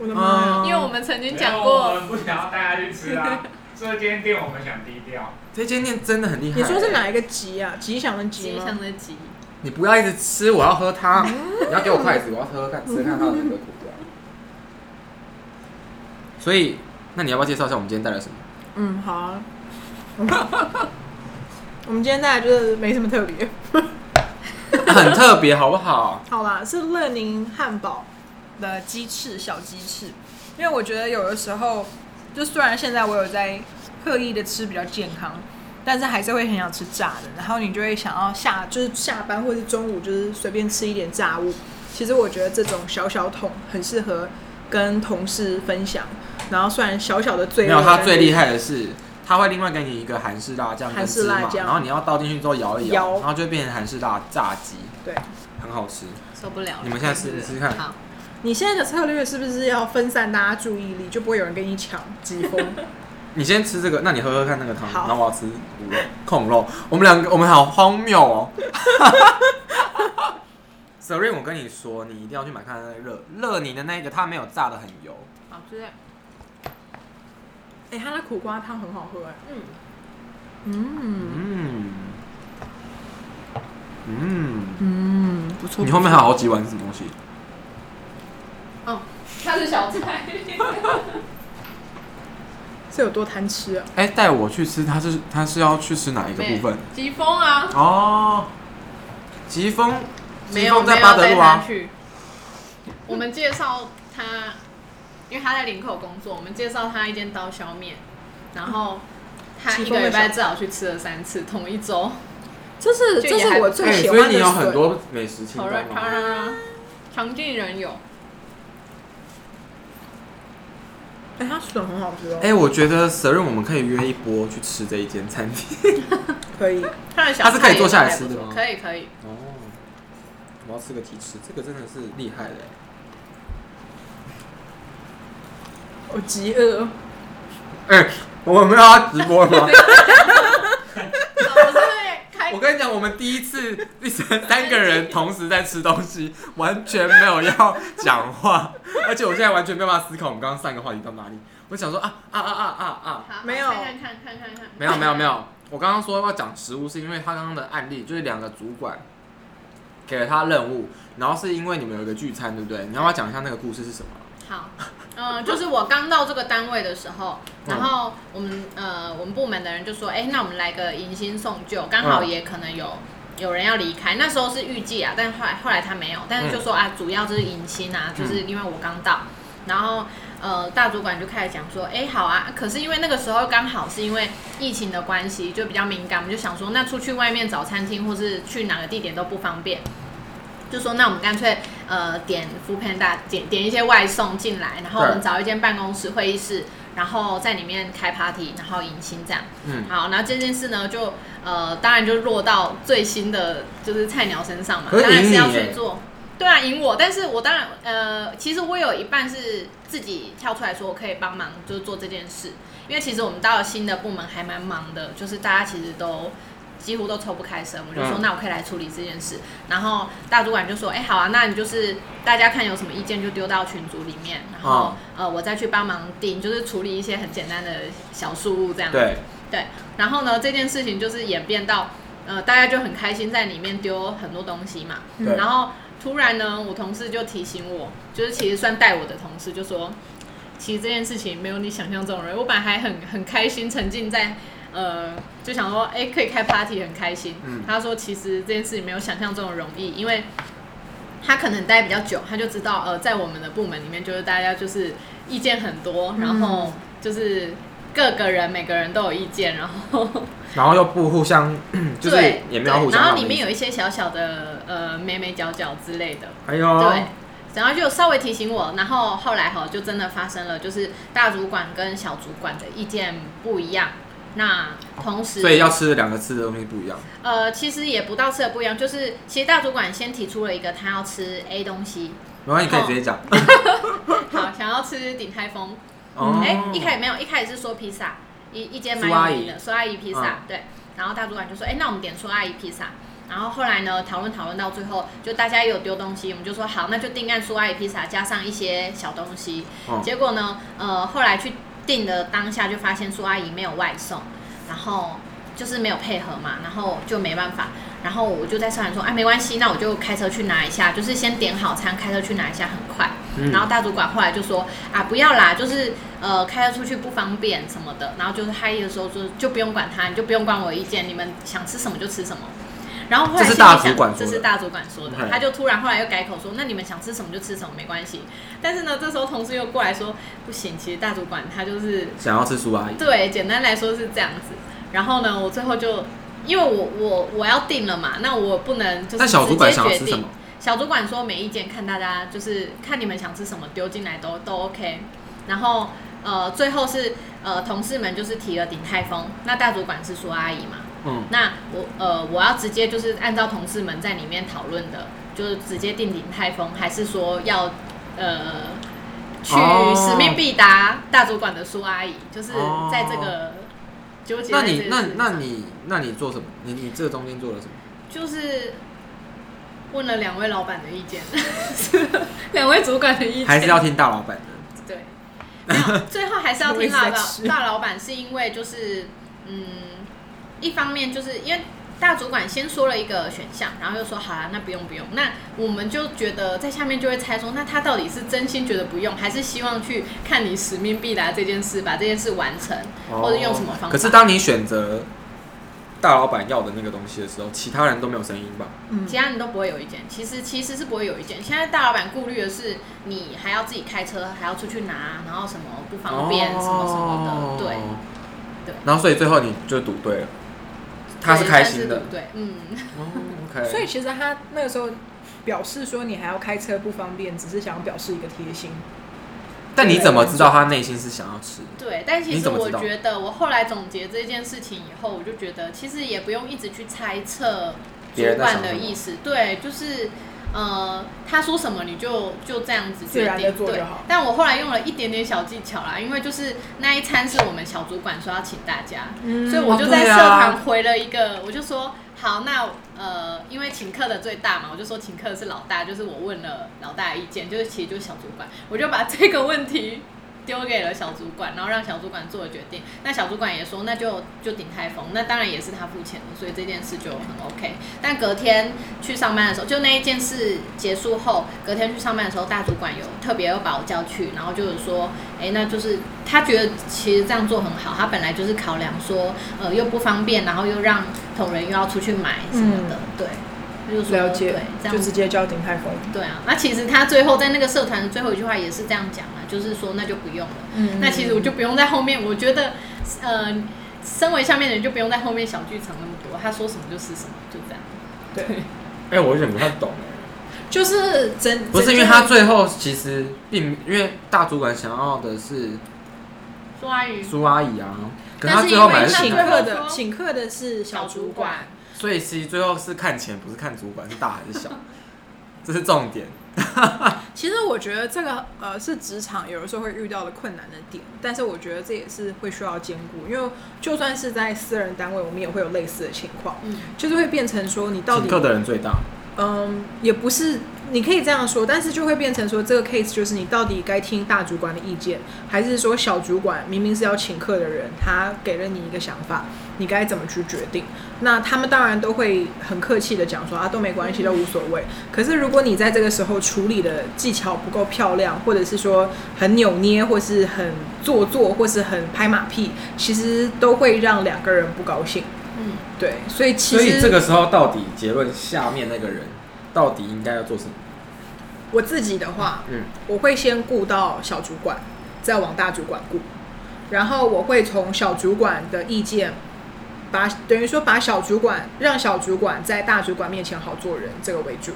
Speaker 2: 我的妈呀！
Speaker 1: 嗯啊
Speaker 3: 因为我们曾经讲
Speaker 5: 我
Speaker 3: 过，
Speaker 5: 们不想要带他去 吃啊。这间店我们想低调，
Speaker 1: 这间店真的很厉害。
Speaker 2: 你说是？哪一个吉啊？吉祥的嗯吉
Speaker 3: 吉
Speaker 2: 吗
Speaker 3: 祥？的吉，
Speaker 1: 你不要一直吃，我要喝汤。
Speaker 2: 嗯
Speaker 1: 你要给我筷子，我要喝喝看吃看它的那个苦瓜。所以，那你要不要介绍一下我们今天带了什 么？
Speaker 2: 嗯，好啊、 我们今天带来就是没什么特别，
Speaker 1: 很特别，好不好？
Speaker 2: 好啦，是乐宁汉堡的鸡翅小鸡翅，因为我觉得有的时候，就虽然现在我有在刻意的吃比较健康，但是还是会很想吃炸的，然后你就会想要下就是下班或是中午就是随便吃一点炸物。其实我觉得这种小小桶很适合跟同事分享，然后虽然小小的罪
Speaker 1: 没
Speaker 2: 恶，
Speaker 1: 有，它最厉
Speaker 2: 害。
Speaker 1: 害的是，它会另外给你一个韩式辣酱跟
Speaker 2: 韩式
Speaker 1: 芝麻
Speaker 2: 辣，酱
Speaker 1: 然后你要倒进去之后摇一
Speaker 2: 摇
Speaker 1: 摇，然后就变成韩式辣炸鸡，
Speaker 2: 对，
Speaker 1: 很好吃。
Speaker 3: 受不了了。
Speaker 1: 你们现在试试看
Speaker 3: 好，
Speaker 2: 你现在的策略是不是要分散大家注意力，就不会有人跟你抢疾风？
Speaker 1: 你先吃这个，那你喝喝看那个汤，
Speaker 2: 好
Speaker 1: 然后我要吃五肉控肉。我们两个，我们好荒谬哦。s e r i n 我跟你说，你一定要去买看它那个热热你的那个，它没有炸的很油，
Speaker 3: 好吃。
Speaker 2: 哎、他那苦瓜汤很好喝哎、
Speaker 3: 嗯，
Speaker 2: 嗯
Speaker 1: 嗯嗯，
Speaker 2: 嗯，不错。
Speaker 1: 你后面还有好几碗是什么东西？
Speaker 4: 他是小菜，
Speaker 2: 这有多贪吃啊？
Speaker 1: 哎、带我去吃，他是他是要去吃哪一个部分？
Speaker 3: 疾风啊，
Speaker 1: 哦，疾风，
Speaker 3: 没
Speaker 1: 疾
Speaker 3: 有
Speaker 1: 风
Speaker 3: 没
Speaker 1: 在
Speaker 3: 有
Speaker 1: 巴德
Speaker 3: 带
Speaker 1: 路
Speaker 3: 他
Speaker 1: 啊。
Speaker 3: 去。我们介绍他，因为他在林口工作，我们介绍他一间刀削面，然后他一个礼拜至少去吃了三次，同一周。
Speaker 2: 这是
Speaker 3: 就
Speaker 2: 这
Speaker 3: 也还
Speaker 2: 是我
Speaker 1: 哎、
Speaker 2: 最喜
Speaker 1: 所以
Speaker 2: 欢
Speaker 1: 你
Speaker 2: 的
Speaker 1: 有很
Speaker 2: 笋。
Speaker 1: 多美食清
Speaker 3: 好
Speaker 1: 单
Speaker 3: 让
Speaker 1: 吗？
Speaker 3: 他常进人有，
Speaker 2: 哎、它笋很好吃哦。
Speaker 1: 哎、我觉得 s e r 我们可以约一波去吃这一间餐厅。
Speaker 2: 可以。
Speaker 3: 他的小
Speaker 1: 他是可以
Speaker 3: 菜
Speaker 1: 坐下来
Speaker 3: 也还不
Speaker 1: 吃的
Speaker 3: 错
Speaker 1: 吗
Speaker 3: 可以可以，
Speaker 1: 哦，我要吃个鸡翅，这个真的是厉害嘞、
Speaker 2: 我极饿。
Speaker 1: 哎、我们要直播了吗？
Speaker 3: 啊我是会开
Speaker 1: 我跟你讲，我们第一次一直三个人同时在吃东西，完全没有要讲话，而且我现在完全没有办法思考我们刚刚上一个话题到哪里。我想说啊啊啊啊啊啊，
Speaker 3: 好
Speaker 2: 没有
Speaker 3: 看看看看看看，
Speaker 1: 没有没有没有，我刚刚说要讲食物是因为他刚刚的案例就是两个主管给了他任务，然后是因为你们有一个聚餐，对不对？你要不要讲一下那个故事是什么？
Speaker 3: 好，嗯，就是我刚到这个单位的时候，
Speaker 1: 嗯
Speaker 3: 然后我们呃，我们部门的人就说，哎、那我们来个迎新送旧，刚好
Speaker 1: 嗯
Speaker 3: 也可能有有人要离开，那时候是预计啊，但后来后来他没有，但是就
Speaker 1: 嗯
Speaker 3: 说啊，主要就是迎新啊，就是因为我刚到，然后呃，大主管就开始讲说，哎、好啊，可是因为那个时候刚好是因为疫情的关系，就比较敏感，我们就想说，那出去外面找餐厅或是去哪个地点都不方便。就说那我们干脆呃点 f o o Panda 点点一些外送进来，然后我们
Speaker 1: 对
Speaker 3: 找一间办公室会议室，然后在里面开 party，然后迎新这样。
Speaker 1: 嗯，
Speaker 3: 好，然后这件事呢，就呃当然就落到最新的就是菜鸟身上嘛，
Speaker 1: 可
Speaker 3: 当
Speaker 1: 是
Speaker 3: 然是
Speaker 1: 赢
Speaker 3: 要
Speaker 1: 你
Speaker 3: 去
Speaker 1: 耶
Speaker 3: 做。对啊，赢我，但是我当然呃，其实我有一半是自己跳出来说我可以帮忙，就是做这件事，因为其实我们到了新的部门还蛮忙的，就是大家其实都几乎都抽不开身，我就说
Speaker 1: 嗯
Speaker 3: 那我可以来处理这件事。然后大主管就说：“哎、好啊，那你就是大家看有什么意见就丢到群组里面，然
Speaker 1: 哦
Speaker 3: 后、呃我再去帮忙定，就是处理一些很简单的小事务这样。”
Speaker 1: 对，
Speaker 3: 对。然后呢，这件事情就是演变到呃大家就很开心在里面丢很多东西嘛。
Speaker 1: 对
Speaker 3: 然后突然呢，我同事就提醒我，就是其实算带我的同事就说，其实这件事情没有你想象中的容易。我本来还很很开心，沉浸在呃，就想说，哎、可以开 party 很开心。
Speaker 1: 嗯
Speaker 3: 他说其实这件事情没有想象中的容易，因为他可能待比较久，他就知道，呃，在我们的部门里面，就是大家就是意见很多，然后就是各个人每个人都有意见，然后
Speaker 1: 然后又不互相， 就是
Speaker 3: 对
Speaker 1: 也没有互
Speaker 3: 对
Speaker 1: 相。
Speaker 3: 然后里面有，一些小小的呃眉眉角角之类的，
Speaker 1: 哎呦
Speaker 3: 对，，然后就稍微提醒我，然后后来哈就真的发生了，就是大主管跟小主管的意见不一样，那同时
Speaker 1: 所以要吃的两个吃的东西不一样。
Speaker 3: 呃其实也不到吃的不一样，就是其实大主管先提出了一个他要吃 A 东西，
Speaker 1: 没关系，可以直接讲。
Speaker 3: 哦好想要吃鼎泰丰，
Speaker 1: 哦，
Speaker 3: 哎、一开始没有，一开始是说披萨，一一间
Speaker 1: 苏阿
Speaker 3: 蛮有
Speaker 1: 姨
Speaker 3: 名的苏阿姨披萨，
Speaker 1: 嗯
Speaker 3: 对。然后大主管就说，哎、那我们点苏阿姨披萨。然后后来呢，讨论讨论到最后，就大家也有丢东西，我们就说好，那就定按苏阿姨披萨加上一些小东西。
Speaker 1: 哦
Speaker 3: 结果呢，呃，后来去订的当下就发现苏阿姨没有外送，然后就是没有配合嘛，然后就没办法。然后我就在商量说，哎、没关系，那我就开车去拿一下，就是先点好餐，开车去拿一下，很快。
Speaker 1: 嗯
Speaker 3: 然后大主管后来就说啊，不要啦，就是呃开车出去不方便什么的。然后就是嗨的时候就就不用管他，你就不用管我的意见，你们想吃什么就吃什么。然后后来
Speaker 1: 这是
Speaker 3: 心里
Speaker 1: 大
Speaker 3: 想
Speaker 1: 主管说
Speaker 3: 这
Speaker 1: 的
Speaker 3: 是大主管说的
Speaker 1: 嗯，
Speaker 3: 他就突然后来又改口说，那你们想吃什么就吃什么，没关系。但是呢，这时候同事又过来说，不行，其实大主管他就是
Speaker 1: 想要吃苏阿姨，
Speaker 3: 对，简单来说是这样子。然后呢，我最后就因为我我我要定了嘛，那我不能就是
Speaker 1: 但小主管
Speaker 3: 直接
Speaker 1: 想要
Speaker 3: 决
Speaker 1: 吃什
Speaker 3: 定
Speaker 1: 么？
Speaker 3: 小主管说没意见，看大家就是看你们想吃什么丢进来都都 OK。然后呃，最后是呃同事们就是提了鼎泰丰，那大主管是说阿姨嘛，
Speaker 1: 嗯，
Speaker 3: 那我呃我要直接就是按照同事们在里面讨论的，就是直接定鼎泰丰，还是说要呃去
Speaker 1: 哦
Speaker 3: 使命必达大主管的苏阿姨，就是
Speaker 1: 哦
Speaker 3: 在这个纠结
Speaker 1: 那
Speaker 3: 在这
Speaker 1: 你
Speaker 3: 件
Speaker 1: 那
Speaker 3: 事
Speaker 1: 那
Speaker 3: 上
Speaker 1: 你那你做什么？你你这中间做了什么？
Speaker 3: 就是问了两位老板的意见，两位主管的意见，
Speaker 1: 还是要听大老板的？
Speaker 3: 对。没有，最后还是要
Speaker 2: 我一直
Speaker 3: 听大
Speaker 2: 在
Speaker 3: 老
Speaker 2: 吃
Speaker 3: 大老板，是因为就是嗯，一方面就是因为大主管先说了一个选项，然后又说好啦，那不用不用，那我们就觉得在下面就会猜说，那他到底是真心觉得不用，还是希望去看你使命必达这件事，把这件事完成，或者用什么方法？
Speaker 1: 可是当你选择大老板要的那个东西的时候，其他人都没有声音吧？
Speaker 2: 嗯
Speaker 3: 其他人都不会有意见，其实其实是不会有意见。现在大老板顾虑的是，你还要自己开车，还要出去拿，然后什么不方便，什么什么的，对。
Speaker 1: 哦
Speaker 3: 对
Speaker 1: 然后所以最后你就赌对了，他是
Speaker 3: 对
Speaker 1: 开
Speaker 3: 但
Speaker 1: 心的。
Speaker 3: 对不对，嗯，
Speaker 1: 哦，OK。
Speaker 2: 所以其实他那个时候表示说你还要开车不方便，只是想要表示一个贴心。
Speaker 1: 但你怎么知道他内心是想要吃？
Speaker 3: 对。但其
Speaker 1: 你
Speaker 3: 实
Speaker 1: 怎么
Speaker 3: 我
Speaker 1: 知道
Speaker 3: 觉得，我后来总结这件事情以后，我就觉得其实也不用一直去猜测主
Speaker 1: 别人在
Speaker 3: 管
Speaker 1: 想
Speaker 3: 的
Speaker 1: 什么
Speaker 3: 意思，对，就是。呃，他说什么你就就这样子
Speaker 2: 自
Speaker 3: 决
Speaker 2: 然地
Speaker 3: 定，
Speaker 2: 做就
Speaker 3: 对
Speaker 2: 好。
Speaker 3: 但我后来用了一点点小技巧啦，因为就是那一餐是我们小主管说要请大家，
Speaker 2: 嗯
Speaker 3: 所以我就在
Speaker 1: 哦对
Speaker 3: 社
Speaker 1: 啊
Speaker 3: 团回了一个，我就说好，那呃，因为请客的最大嘛，我就说请客是老大，就是我问了老大的意见，就是其实就是小主管，我就把这个问题丢给了小主管，然后让小主管做了决定。那小主管也说，那就就顶台风，那当然也是他付钱的，所以这件事就很 OK。但隔天去上班的时候，就那一件事结束后，隔天去上班的时候，大主管有特别又把我叫去，然后就是说，哎、那就是他觉得其实这样做很好，他本来就是考量说，呃，又不方便，然后又让同仁又要出去买什么的，对，就是说
Speaker 2: 嗯了解
Speaker 3: 对，这样
Speaker 2: 就直接叫鼎泰丰。
Speaker 3: 对啊，那其实他最后在那个社团的最后一句话也是这样讲啊，就是说那就不用了。
Speaker 2: 嗯
Speaker 3: 那其实我就不用在后面，我觉得，呃，身为下面的人就不用在后面小剧场那么多，他说什么就是什么，就这样。
Speaker 2: 对，
Speaker 1: 哎、我有点不太懂哎。
Speaker 2: 就是整
Speaker 1: 不是
Speaker 2: 整
Speaker 1: 因为
Speaker 2: 件
Speaker 1: 他最后其实并因为大主管想要的是
Speaker 3: 苏阿姨，
Speaker 1: 苏阿姨啊，可是
Speaker 3: 但
Speaker 1: 他
Speaker 3: 是
Speaker 1: 最后买的
Speaker 3: 因为
Speaker 1: 是
Speaker 3: 他
Speaker 2: 请
Speaker 1: 他，
Speaker 2: 客
Speaker 3: 说
Speaker 2: 的请客的是
Speaker 3: 小
Speaker 2: 小
Speaker 3: 主
Speaker 2: 主
Speaker 3: 管
Speaker 2: 管，，
Speaker 1: 所以其实最后是看钱，不是看主管是大还是小， 这是重点。
Speaker 2: 其实我觉得这个呃是职场有的时候会遇到的困难的点，但是我觉得这也是会需要兼顾，因为就算是在私人单位，我们也会有类似的情况，
Speaker 3: 嗯，
Speaker 2: 就是会变成说你到
Speaker 1: 请客
Speaker 2: 底
Speaker 1: 的人最大，
Speaker 2: 嗯也不是。你可以这样说，但是就会变成说，这个 case 就是你到底该听大主管的意见，还是说小主管明明是要请客的人，他给了你一个想法，你该怎么去决定？那他们当然都会很客气的讲说啊，都没关系，都无所谓。可是如果你在这个时候处理的技巧不够漂亮，或者是说很扭捏，或是很做作，或是很拍马屁，其实都会让两个人不高兴。
Speaker 3: 嗯，
Speaker 2: 对，所以其
Speaker 1: 所以
Speaker 2: 实
Speaker 1: 这个时候到底结论下面那个人到底应该要做什么？
Speaker 2: 我自己的话，
Speaker 1: 嗯，
Speaker 2: 我会先顾到小主管，再往大主管顾，然后我会从小主管的意见，把等于说把小主管让小主管在大主管面前好做人这个为主，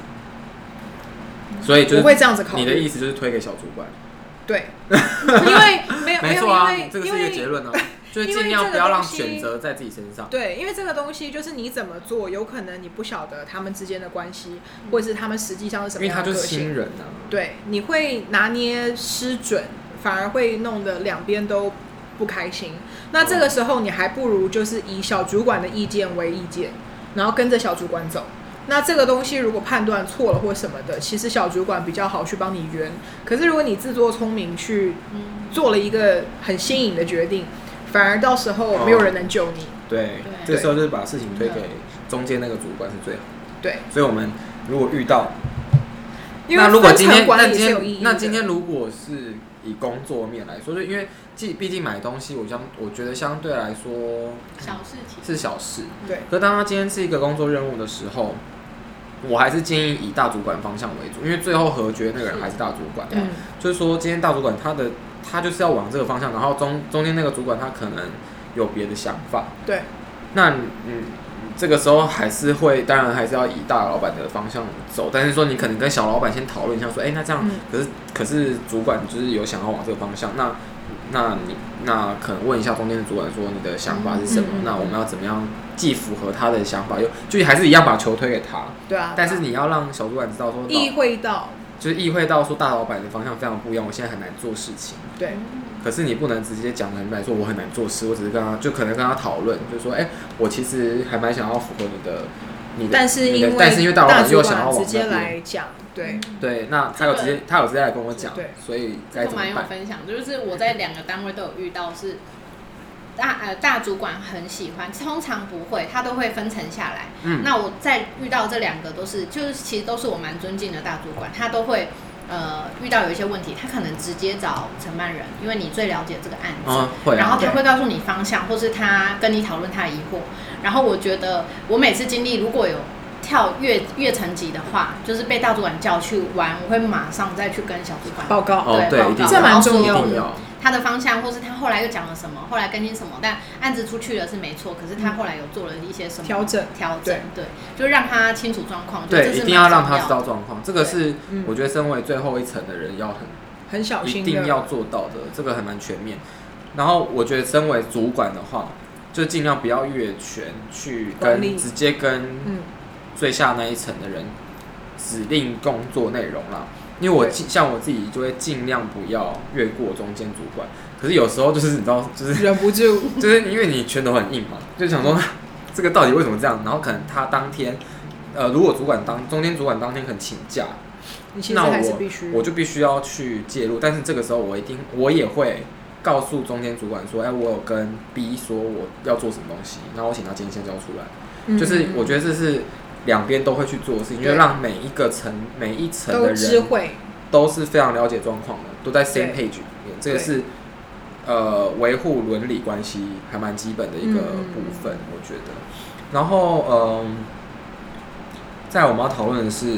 Speaker 1: 所以就
Speaker 2: 我会
Speaker 1: 是
Speaker 2: 这样子考虑。
Speaker 1: 你的意思就是推给小主管，
Speaker 2: 对，因为没有
Speaker 1: 没
Speaker 2: 有，
Speaker 1: 错啊
Speaker 2: 因为，
Speaker 1: 这个
Speaker 2: 因
Speaker 1: 是一
Speaker 2: 为
Speaker 1: 个结论啊，就是
Speaker 2: 因为
Speaker 1: 尽量
Speaker 2: 这个
Speaker 1: 不要让
Speaker 2: 东西
Speaker 1: 选择在自己身上。
Speaker 2: 对，因为这个东西就是你怎么做，有可能你不晓得他们之间的关系，或者是他们实际上是什
Speaker 1: 因
Speaker 2: 么
Speaker 1: 为
Speaker 2: 样
Speaker 1: 他
Speaker 2: 的
Speaker 1: 就
Speaker 2: 个
Speaker 1: 是
Speaker 2: 性
Speaker 1: 新。人啊，
Speaker 2: 对，你会拿捏失准，反而会弄得两边都不开心。那这个时候，你还不如就是以小主管的意见为意见，然后跟着小主管走。那这个东西如果判断错了或什么的，其实小主管比较好去帮你圆。可是如果你自作聪明去
Speaker 3: 嗯
Speaker 2: 做了一个很新颖的决定，反而到时候没有人能救你。
Speaker 1: 对，
Speaker 3: 对
Speaker 1: 这时候就是把事情推给中间那个主管是最好。
Speaker 2: 对，
Speaker 1: 所以我们如果遇到
Speaker 2: 因
Speaker 1: 那
Speaker 2: 为
Speaker 1: 如果
Speaker 2: 分
Speaker 1: 今
Speaker 2: 层
Speaker 1: 天那
Speaker 2: 管理
Speaker 1: 今
Speaker 2: 是有意义
Speaker 1: 天
Speaker 2: 的。
Speaker 1: 那今天如果是以工作面来说，就因为既毕竟买东西，我相我觉得相对来说
Speaker 3: 小事情，
Speaker 1: 是小事。
Speaker 2: 对，
Speaker 1: 可当他今天是一个工作任务的时候，我还是建议以大主管方向为主，因为最后核决那个人还是大主管。
Speaker 2: 嗯，
Speaker 1: 就是说，今天大主管他的他就是要往这个方向，然后中中间那个主管他可能有别的想法，
Speaker 2: 对，
Speaker 1: 那你嗯，这个时候还是会，当然还是要以大老板的方向走，但是说你可能跟小老板先讨论一下，说，哎、那这样，
Speaker 2: 嗯
Speaker 1: 可是可是主管就是有想要往这个方向，那那你那可能问一下中间的主管说你的想法是什么，
Speaker 2: 嗯嗯嗯
Speaker 1: 那我们要怎么样既符合他的想法，又就还是一样把球推给他，
Speaker 2: 对啊。
Speaker 1: 但是你要让小主管知道说，
Speaker 2: 意
Speaker 1: 老
Speaker 2: 会到，
Speaker 1: 就是意会到说大老板的方向非常不一样，我现在很难做事情。
Speaker 2: 对，
Speaker 1: 可是你不能直接讲得很白，说我很难做事，我只是跟他就可能跟他讨论，就说，哎、我其实还蛮想要符合你的，你的，
Speaker 2: 但是
Speaker 1: 你的
Speaker 2: 因为
Speaker 1: 嗯但是因为大
Speaker 2: 大
Speaker 1: 老板
Speaker 2: 主
Speaker 1: 又想要
Speaker 2: 管
Speaker 1: 往
Speaker 2: 直接
Speaker 1: 那边，
Speaker 2: 来讲，对，
Speaker 1: 对，那他有直接他有直接来跟我讲
Speaker 2: 对，
Speaker 1: 所以
Speaker 3: 这
Speaker 1: 该
Speaker 3: 个
Speaker 1: 怎么
Speaker 3: 蛮有
Speaker 1: 办？
Speaker 3: 分享，就是我在两个单位都有遇到是。大呃大主管很喜欢，通常不会，他都会分层下来。
Speaker 1: 嗯，
Speaker 3: 那我在遇到这两个都是，就是其实都是我蛮尊敬的大主管，他都会呃遇到有一些问题，他可能直接找承办人，因为你最了解这个案子，
Speaker 1: 嗯会啊，
Speaker 3: 然后他
Speaker 2: 对
Speaker 3: 会告诉你方向，或是他跟你讨论他的疑惑。然后我觉得我每次经历如果有跳越越层级的话，就是被大主管叫去玩，我会马上再去跟小主管
Speaker 2: 报告，
Speaker 1: 哦
Speaker 3: 对
Speaker 1: 对，
Speaker 3: 报
Speaker 1: 一定
Speaker 3: 告
Speaker 2: 这蛮重
Speaker 1: 一
Speaker 2: 要
Speaker 1: 定
Speaker 2: 的。
Speaker 1: 要，
Speaker 3: 他的方向，或是他后来又讲了什么，后来更新什么，但案子出去了是没错，可
Speaker 1: 嗯
Speaker 3: 是他后来有做了一些什么
Speaker 2: 调整
Speaker 3: 调整，对，就让他清楚状况，就这
Speaker 1: 对，
Speaker 3: 是
Speaker 1: 一定要
Speaker 3: 蛮
Speaker 1: 让
Speaker 3: 重
Speaker 1: 他
Speaker 3: 要
Speaker 1: 知
Speaker 3: 的
Speaker 1: 道状况。这个是
Speaker 2: 嗯
Speaker 1: 我觉得身为最后一层的人要很
Speaker 2: 很小
Speaker 1: 一
Speaker 2: 心
Speaker 1: 定
Speaker 2: 的，
Speaker 1: 要做到的，这个还蛮全面。然后我觉得身为主管的话，就尽量不要越权去
Speaker 2: 管理
Speaker 1: 跟直接跟
Speaker 2: 嗯，
Speaker 1: 最下那一层的人指令工作内容啦。因为我
Speaker 2: 对
Speaker 1: 尽像我自己就会尽量不要越过中间主管，可是有时候就是你知道， 就是
Speaker 2: 忍不住，
Speaker 1: 就是因为你拳头很硬嘛，就想说 这个到底为什么这样？然后可能他当天，呃，如果主管当中间主管当天可能请假，
Speaker 2: 你其实
Speaker 1: 那我
Speaker 2: 还是必须
Speaker 1: 我就必须要去介入，但是这个时候我一定我也会告诉中间主管说，哎、我有跟 B 说我要做什么东西，然后我请他今天先交出来。
Speaker 2: 嗯
Speaker 1: 就是我觉得这是两边都会去做的事情，就
Speaker 2: 对
Speaker 1: 让每一个层每一层的
Speaker 2: 都知
Speaker 1: 人
Speaker 2: 会，
Speaker 1: 都是非常了解状况的，都在 same
Speaker 2: 对
Speaker 1: page 里面，这个
Speaker 2: 对
Speaker 1: 是呃维护伦理关系还蛮基本的一个
Speaker 2: 嗯嗯嗯
Speaker 1: 部分，我觉得。然后嗯、在我们要讨论的是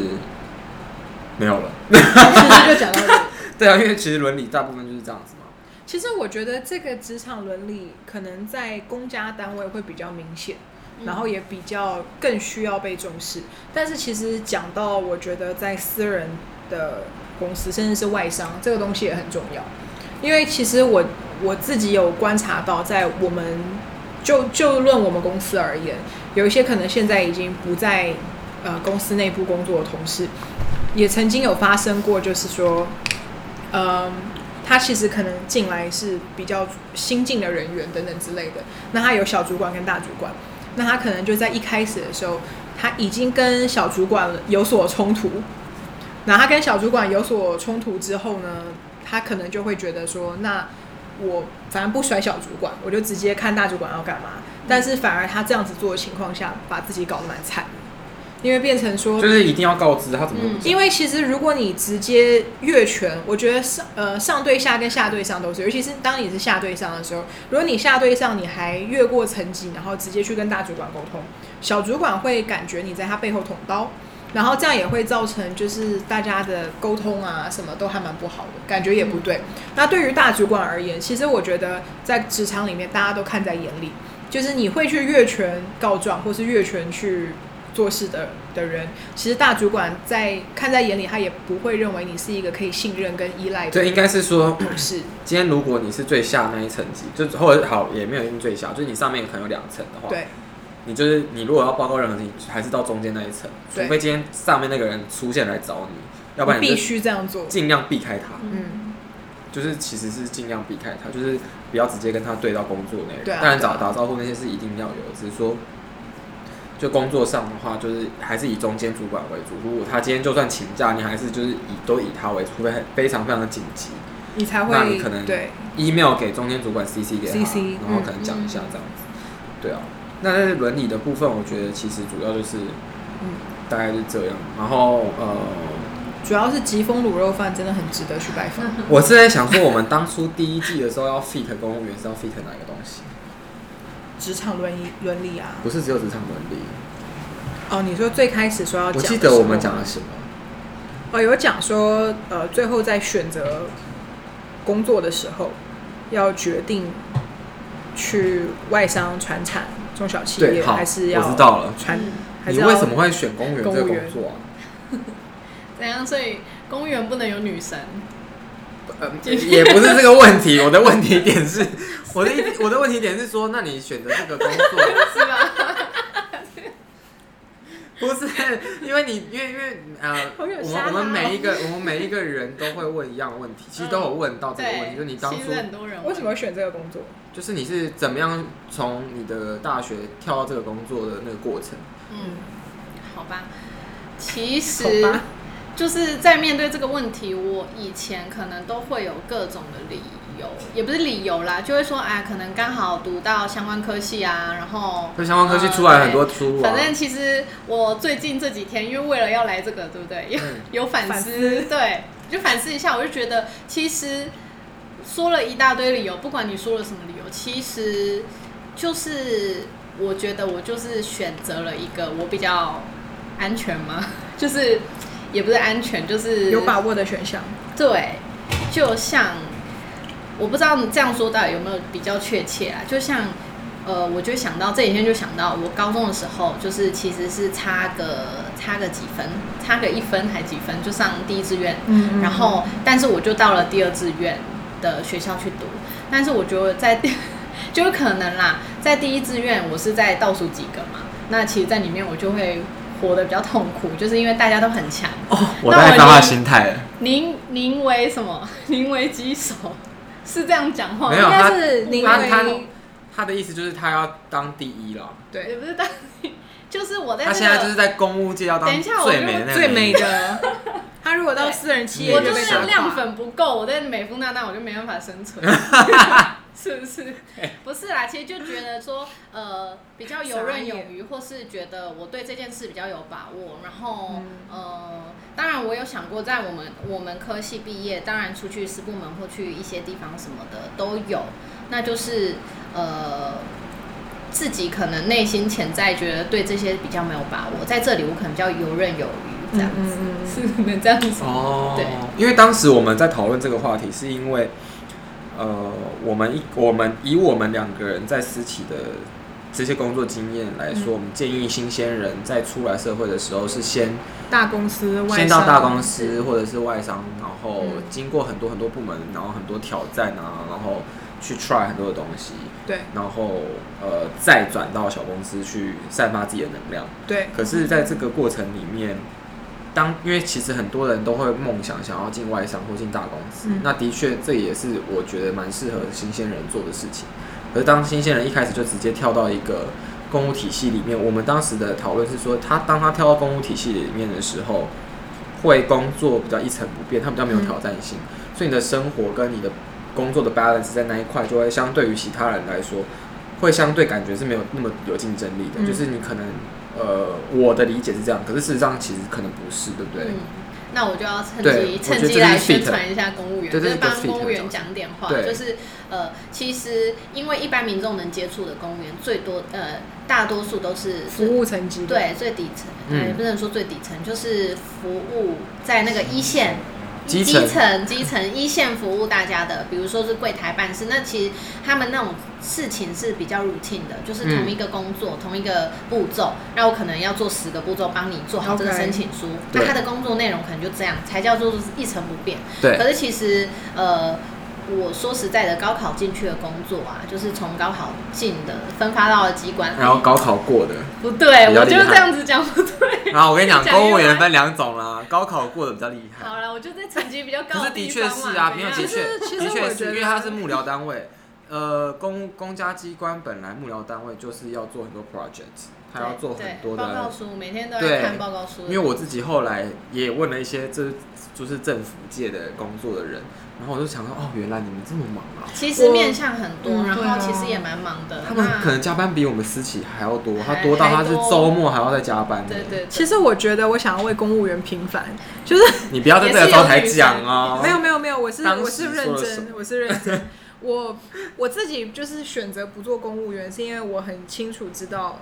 Speaker 1: 没有了，
Speaker 2: 其实就讲到这。
Speaker 1: 对啊，因为其实伦理大部分就是这样子嘛。
Speaker 2: 其实我觉得这个职场伦理可能在公家单位会比较明显，
Speaker 3: 嗯
Speaker 2: 然后也比较更需要被重视。但是其实讲到，我觉得在私人的公司甚至是外商，这个东西也很重要。因为其实我我自己有观察到，在我们就就论我们公司而言，有一些可能现在已经不在呃公司内部工作的同事，也曾经有发生过，就是说，嗯、他其实可能进来是比较新进的人员等等之类的。那他有小主管跟大主管，那他可能就在一开始的时候，他已经跟小主管有所冲突。那他跟小主管有所冲突之后呢，他可能就会觉得说，那我反正不甩小主管，我就直接看大主管要干嘛。但是反而他这样子做的情况下，把自己搞得蛮惨的，因为变成说
Speaker 1: 就是一定要告知他怎么
Speaker 3: 嗯
Speaker 2: 因为其实如果你直接越权，我觉得上呃上对下跟下对上都是，尤其是当你是下对上的时候，如果你下对上你还越过层级，然后直接去跟大主管沟通，小主管会感觉你在他背后捅刀，然后这样也会造成就是大家的沟通啊什么都还蛮不好的，感觉也不对。那对于大主管而言，其实我觉得在职场里面大家都看在眼里，就是你会去越权告状或是越权去做事的的人，其实大主管在看在眼里，他也不会认为你是一个可以信任跟依赖的
Speaker 1: 对，应该是说
Speaker 2: 同事。
Speaker 1: 今天如果你是最下那一层级，就或者好也没有一定最下，就是你上面可能有两层的话，
Speaker 2: 对，
Speaker 1: 你就是你如果要报告任何事情，还是到中间那一层，除
Speaker 2: 对
Speaker 1: 非今天上面那个人出现来找你，要不然你
Speaker 2: 必
Speaker 1: 就
Speaker 2: 须这样做。
Speaker 1: 尽量避开他，
Speaker 2: 嗯，
Speaker 1: 就是其实是尽量避开他，就是不要直接跟他对到工作内容。
Speaker 2: 对啊
Speaker 1: 当然
Speaker 2: 对啊
Speaker 1: 打打招呼那些是一定要有，只是说就工作上的话，就是还是以中间主管为主。如果他今天就算请假，你还是就是以都以他为主，除非很非常非常的紧急。
Speaker 2: 你才
Speaker 1: 那
Speaker 2: 会
Speaker 1: 你可能
Speaker 2: 对
Speaker 1: email 给中间主管 CC 给他
Speaker 2: CC
Speaker 1: 然后可
Speaker 2: 嗯
Speaker 1: 能讲一下这样子。对啊，那在伦理的部分，我觉得其实主要就是，
Speaker 2: 嗯
Speaker 1: 大概是这样。然后呃，
Speaker 2: 主要是疾风卤肉饭真的很值得去拜访。
Speaker 1: 我是在想说，我们当初第一季的时候要 fit 公务员是要 fit 哪一个东西？
Speaker 2: 职场伦理伦理啊，
Speaker 1: 不是只有职场伦理，
Speaker 2: 哦，你说最开始说要
Speaker 1: 我
Speaker 2: 讲的时候，
Speaker 1: 记得我们讲了什么？
Speaker 2: 哦，有讲说，呃，最后在选择工作的时候，要决定去外商、传产、中小企
Speaker 1: 对，
Speaker 2: 业，
Speaker 1: 好，
Speaker 2: 还是要
Speaker 1: 我知道了。
Speaker 2: 传
Speaker 3: 嗯，
Speaker 2: 还
Speaker 1: 你
Speaker 2: 是要
Speaker 1: 为什么会选公务员这个
Speaker 2: 公务
Speaker 1: 工
Speaker 2: 员
Speaker 1: 作啊？
Speaker 3: 怎样？所以公务员不能有女神，
Speaker 1: 呃，也不是这个问题，我的问题点是， 我的一我的问题点是说，那你选择这个工 作，
Speaker 3: 是吧？
Speaker 1: 不是，因为你，因为因为呃，我
Speaker 2: 好有
Speaker 1: 们
Speaker 2: 杀
Speaker 1: 我们
Speaker 2: 伤
Speaker 1: 每一个我们每一个人都会问一样的问题，
Speaker 2: 嗯
Speaker 1: 其实都有问到这个问题，
Speaker 3: 对，
Speaker 1: 就是你当
Speaker 3: 其
Speaker 1: 初
Speaker 3: 实很多人
Speaker 2: 为什么会选这个工作？
Speaker 1: 就是你是怎么样从你的大学跳到这个工作的那个过程，
Speaker 3: 嗯，好吧，其
Speaker 2: 好
Speaker 3: 实
Speaker 2: 吧，
Speaker 3: 就是在面对这个问题，我以前可能都会有各种的理由，也不是理由啦，就会说啊，可能刚好读到相关科系啊，然后
Speaker 1: 就相关科技出来很多出路、啊
Speaker 3: 反正其实我最近这几天，因为为了要来这个，对不对？有、
Speaker 1: 嗯
Speaker 3: 有反思，
Speaker 2: 反思
Speaker 3: 对，就反思一下，我就觉得其实说了一大堆理由，不管你说了什么理由，其实就是我觉得我就是选择了一个我比较安全吗？ 就是也不是安全，就是
Speaker 2: 有把握的选项。
Speaker 3: 对，就像我不知道你这样说到底有没有比较确切啊？就像呃，我就想到这几天就想到我高中的时候，就是其实是差个差个几分，差个一分还几分就上第一志愿，
Speaker 2: 嗯
Speaker 3: 然后但是我就到了第二志愿的学校去读，但是我觉得在 第就有可能啦，在第一志愿我是在倒数几个嘛，那其实在里面我就会活得比较痛苦，就是因为大家都很强，
Speaker 1: 哦，我
Speaker 3: 那
Speaker 1: 大
Speaker 3: 我
Speaker 1: 概知道他的
Speaker 3: 就
Speaker 1: 心态了。
Speaker 3: 宁宁为什么？ 宁为鸡首，是这样讲话吗？
Speaker 1: 没有
Speaker 2: 应该
Speaker 1: 他
Speaker 2: 是宁
Speaker 1: 他他
Speaker 2: 为
Speaker 1: 他的意思就是他要当第一了，
Speaker 3: 也
Speaker 2: 对
Speaker 3: 不是当你，就是我在、这
Speaker 1: 他
Speaker 3: 哎个，
Speaker 1: 现在就是在公务界要当
Speaker 3: 等一下
Speaker 1: 最美
Speaker 3: 我
Speaker 1: 的那个
Speaker 2: 最
Speaker 1: 女
Speaker 2: 美
Speaker 1: 人。
Speaker 2: 的。他如果到私人企业，
Speaker 3: 我
Speaker 1: 也
Speaker 3: 就
Speaker 2: 被
Speaker 3: 是
Speaker 2: 打垮
Speaker 3: 亮。粉不够，我在美肤那那我就没办法生存，是不是？不是啦，其实就觉得说，呃，比较游刃有余，或是觉得我对这件事比较有把握，然后、
Speaker 2: 嗯
Speaker 3: 呃，当然我有想过，在我们我们科系毕业，当然出去私部门或去一些地方什么的都有，那就是呃。自己可能内心潜在觉得对这些比较没有把握，在这里我可能比较游刃有余，这样
Speaker 2: 嗯
Speaker 3: 子、
Speaker 2: 嗯嗯嗯，
Speaker 3: 是能这样子吗
Speaker 1: 哦，
Speaker 3: 对，
Speaker 1: 因为当时我们在讨论这个话题，是因为呃，我们一我们以我们两个人在私企的这些工作经验来
Speaker 3: 嗯
Speaker 1: 说，我们建议新鲜人在出来社会的时候是先
Speaker 2: 大公司外
Speaker 1: 先到大公
Speaker 2: 司，
Speaker 1: 司或者是外商，然后
Speaker 2: 嗯
Speaker 1: 经过很多很多部门，然后很多挑战啊，然后去 try 很多的东西，
Speaker 2: 对
Speaker 1: 然后呃再转到小公司去散发自己的能量。
Speaker 2: 对，
Speaker 1: 可是，在这个过程里面，当因为其实很多人都会梦想想要进外商或进大公司，
Speaker 2: 嗯
Speaker 1: 那的确这也是我觉得蛮适合新鲜人做的事情。可是当新鲜人一开始就直接跳到一个公务体系里面，我们当时的讨论是说，他当他跳到公务体系里面的时候，会工作比较一成不变，他比较没有挑战性，
Speaker 2: 嗯
Speaker 1: 所以你的生活跟你的工作的 balance 在那一块就会相对于其他人来说，会相对感觉是没有那么有竞争力的，
Speaker 2: 嗯
Speaker 1: 就是你可能呃，我的理解是这样，可是事实上其实可能不是，对不对？
Speaker 3: 嗯，那我就要趁
Speaker 1: 对
Speaker 3: 机
Speaker 1: 我觉
Speaker 3: 趁
Speaker 1: 得
Speaker 3: 机
Speaker 1: 这
Speaker 3: 来
Speaker 1: 就是 fit
Speaker 3: 宣传一下公务员，
Speaker 1: 对
Speaker 3: 就
Speaker 1: 这
Speaker 3: 是
Speaker 1: 是
Speaker 3: 帮
Speaker 1: fit
Speaker 3: 公务员
Speaker 1: 的角
Speaker 3: 讲点话，
Speaker 1: 对
Speaker 3: 就是呃，其实因为一般民众能接触的公务员最多呃，大多数都是
Speaker 2: 服务层级的，
Speaker 3: 对最底层，
Speaker 1: 嗯
Speaker 3: 呃也不能说最底层，就是服务在那个一线
Speaker 1: 基
Speaker 3: 基
Speaker 1: 层
Speaker 3: 层、基层一线服务大家的，比如说是柜台办事，那其实他们那种事情是比较 routine 的，就是
Speaker 1: 嗯
Speaker 3: 同一个工作、同一个步骤，那我可能要做十个步骤帮你做好这个
Speaker 2: OK
Speaker 3: 申请书
Speaker 1: 对
Speaker 3: 那他的工作内容可能就这样，才叫做一成不变。可
Speaker 1: 对，
Speaker 3: 是其实呃，我说实在的，高考进去的工作啊，就是从高考进的分发到了机关，
Speaker 1: 然后高考过 的，
Speaker 3: 不对，
Speaker 1: 比较
Speaker 3: 我
Speaker 1: 厉
Speaker 3: 就是
Speaker 1: 害
Speaker 3: 这样子讲不对。
Speaker 1: 然后我跟你讲，
Speaker 3: 讲
Speaker 1: 公务
Speaker 3: 越
Speaker 1: 员
Speaker 3: 歪
Speaker 1: 分两种啦，高考过的比较厉害，
Speaker 3: 好了，我就在成绩比较高
Speaker 1: 可
Speaker 3: 的
Speaker 1: 是的
Speaker 3: 地
Speaker 1: 确
Speaker 3: 方
Speaker 1: 是
Speaker 3: 嘛
Speaker 1: 啊，没
Speaker 3: 怎
Speaker 1: 有
Speaker 3: 样
Speaker 1: 的确，
Speaker 2: 其实
Speaker 1: 的
Speaker 2: 我
Speaker 1: 确
Speaker 2: 觉
Speaker 1: 是
Speaker 2: 得
Speaker 1: 因为它是幕僚单位，呃，公公家机关本来幕僚单位就是要做很多 project，他要做
Speaker 3: 对
Speaker 1: 很多
Speaker 3: 报告
Speaker 1: 的。
Speaker 3: 书，每天都
Speaker 1: 对
Speaker 3: 在看报告书。
Speaker 1: 因为我自己后来也问了一些这就是政府界的工作的人，然后我就想说，哦，原来你们这么忙啊！
Speaker 3: 其实面向很多，
Speaker 2: 嗯
Speaker 3: 然
Speaker 2: 对啊
Speaker 3: 后其实也蛮忙的。
Speaker 1: 他们
Speaker 3: 那
Speaker 1: 可能加班比我们私企还要多，他
Speaker 3: 还
Speaker 1: 多到他
Speaker 3: 还
Speaker 1: 是
Speaker 3: 多
Speaker 1: 周末还要再加班呢。
Speaker 3: 对对，对
Speaker 2: 其实我觉得我想要为公务员平反，就是
Speaker 1: 你不要在这个招台讲哦。
Speaker 2: 没有没有没有，我是
Speaker 1: 当时
Speaker 2: 我是认
Speaker 1: 说了什么
Speaker 2: 真，我是认真。我我自己就是选择不做公务员，是因为我很清楚知道，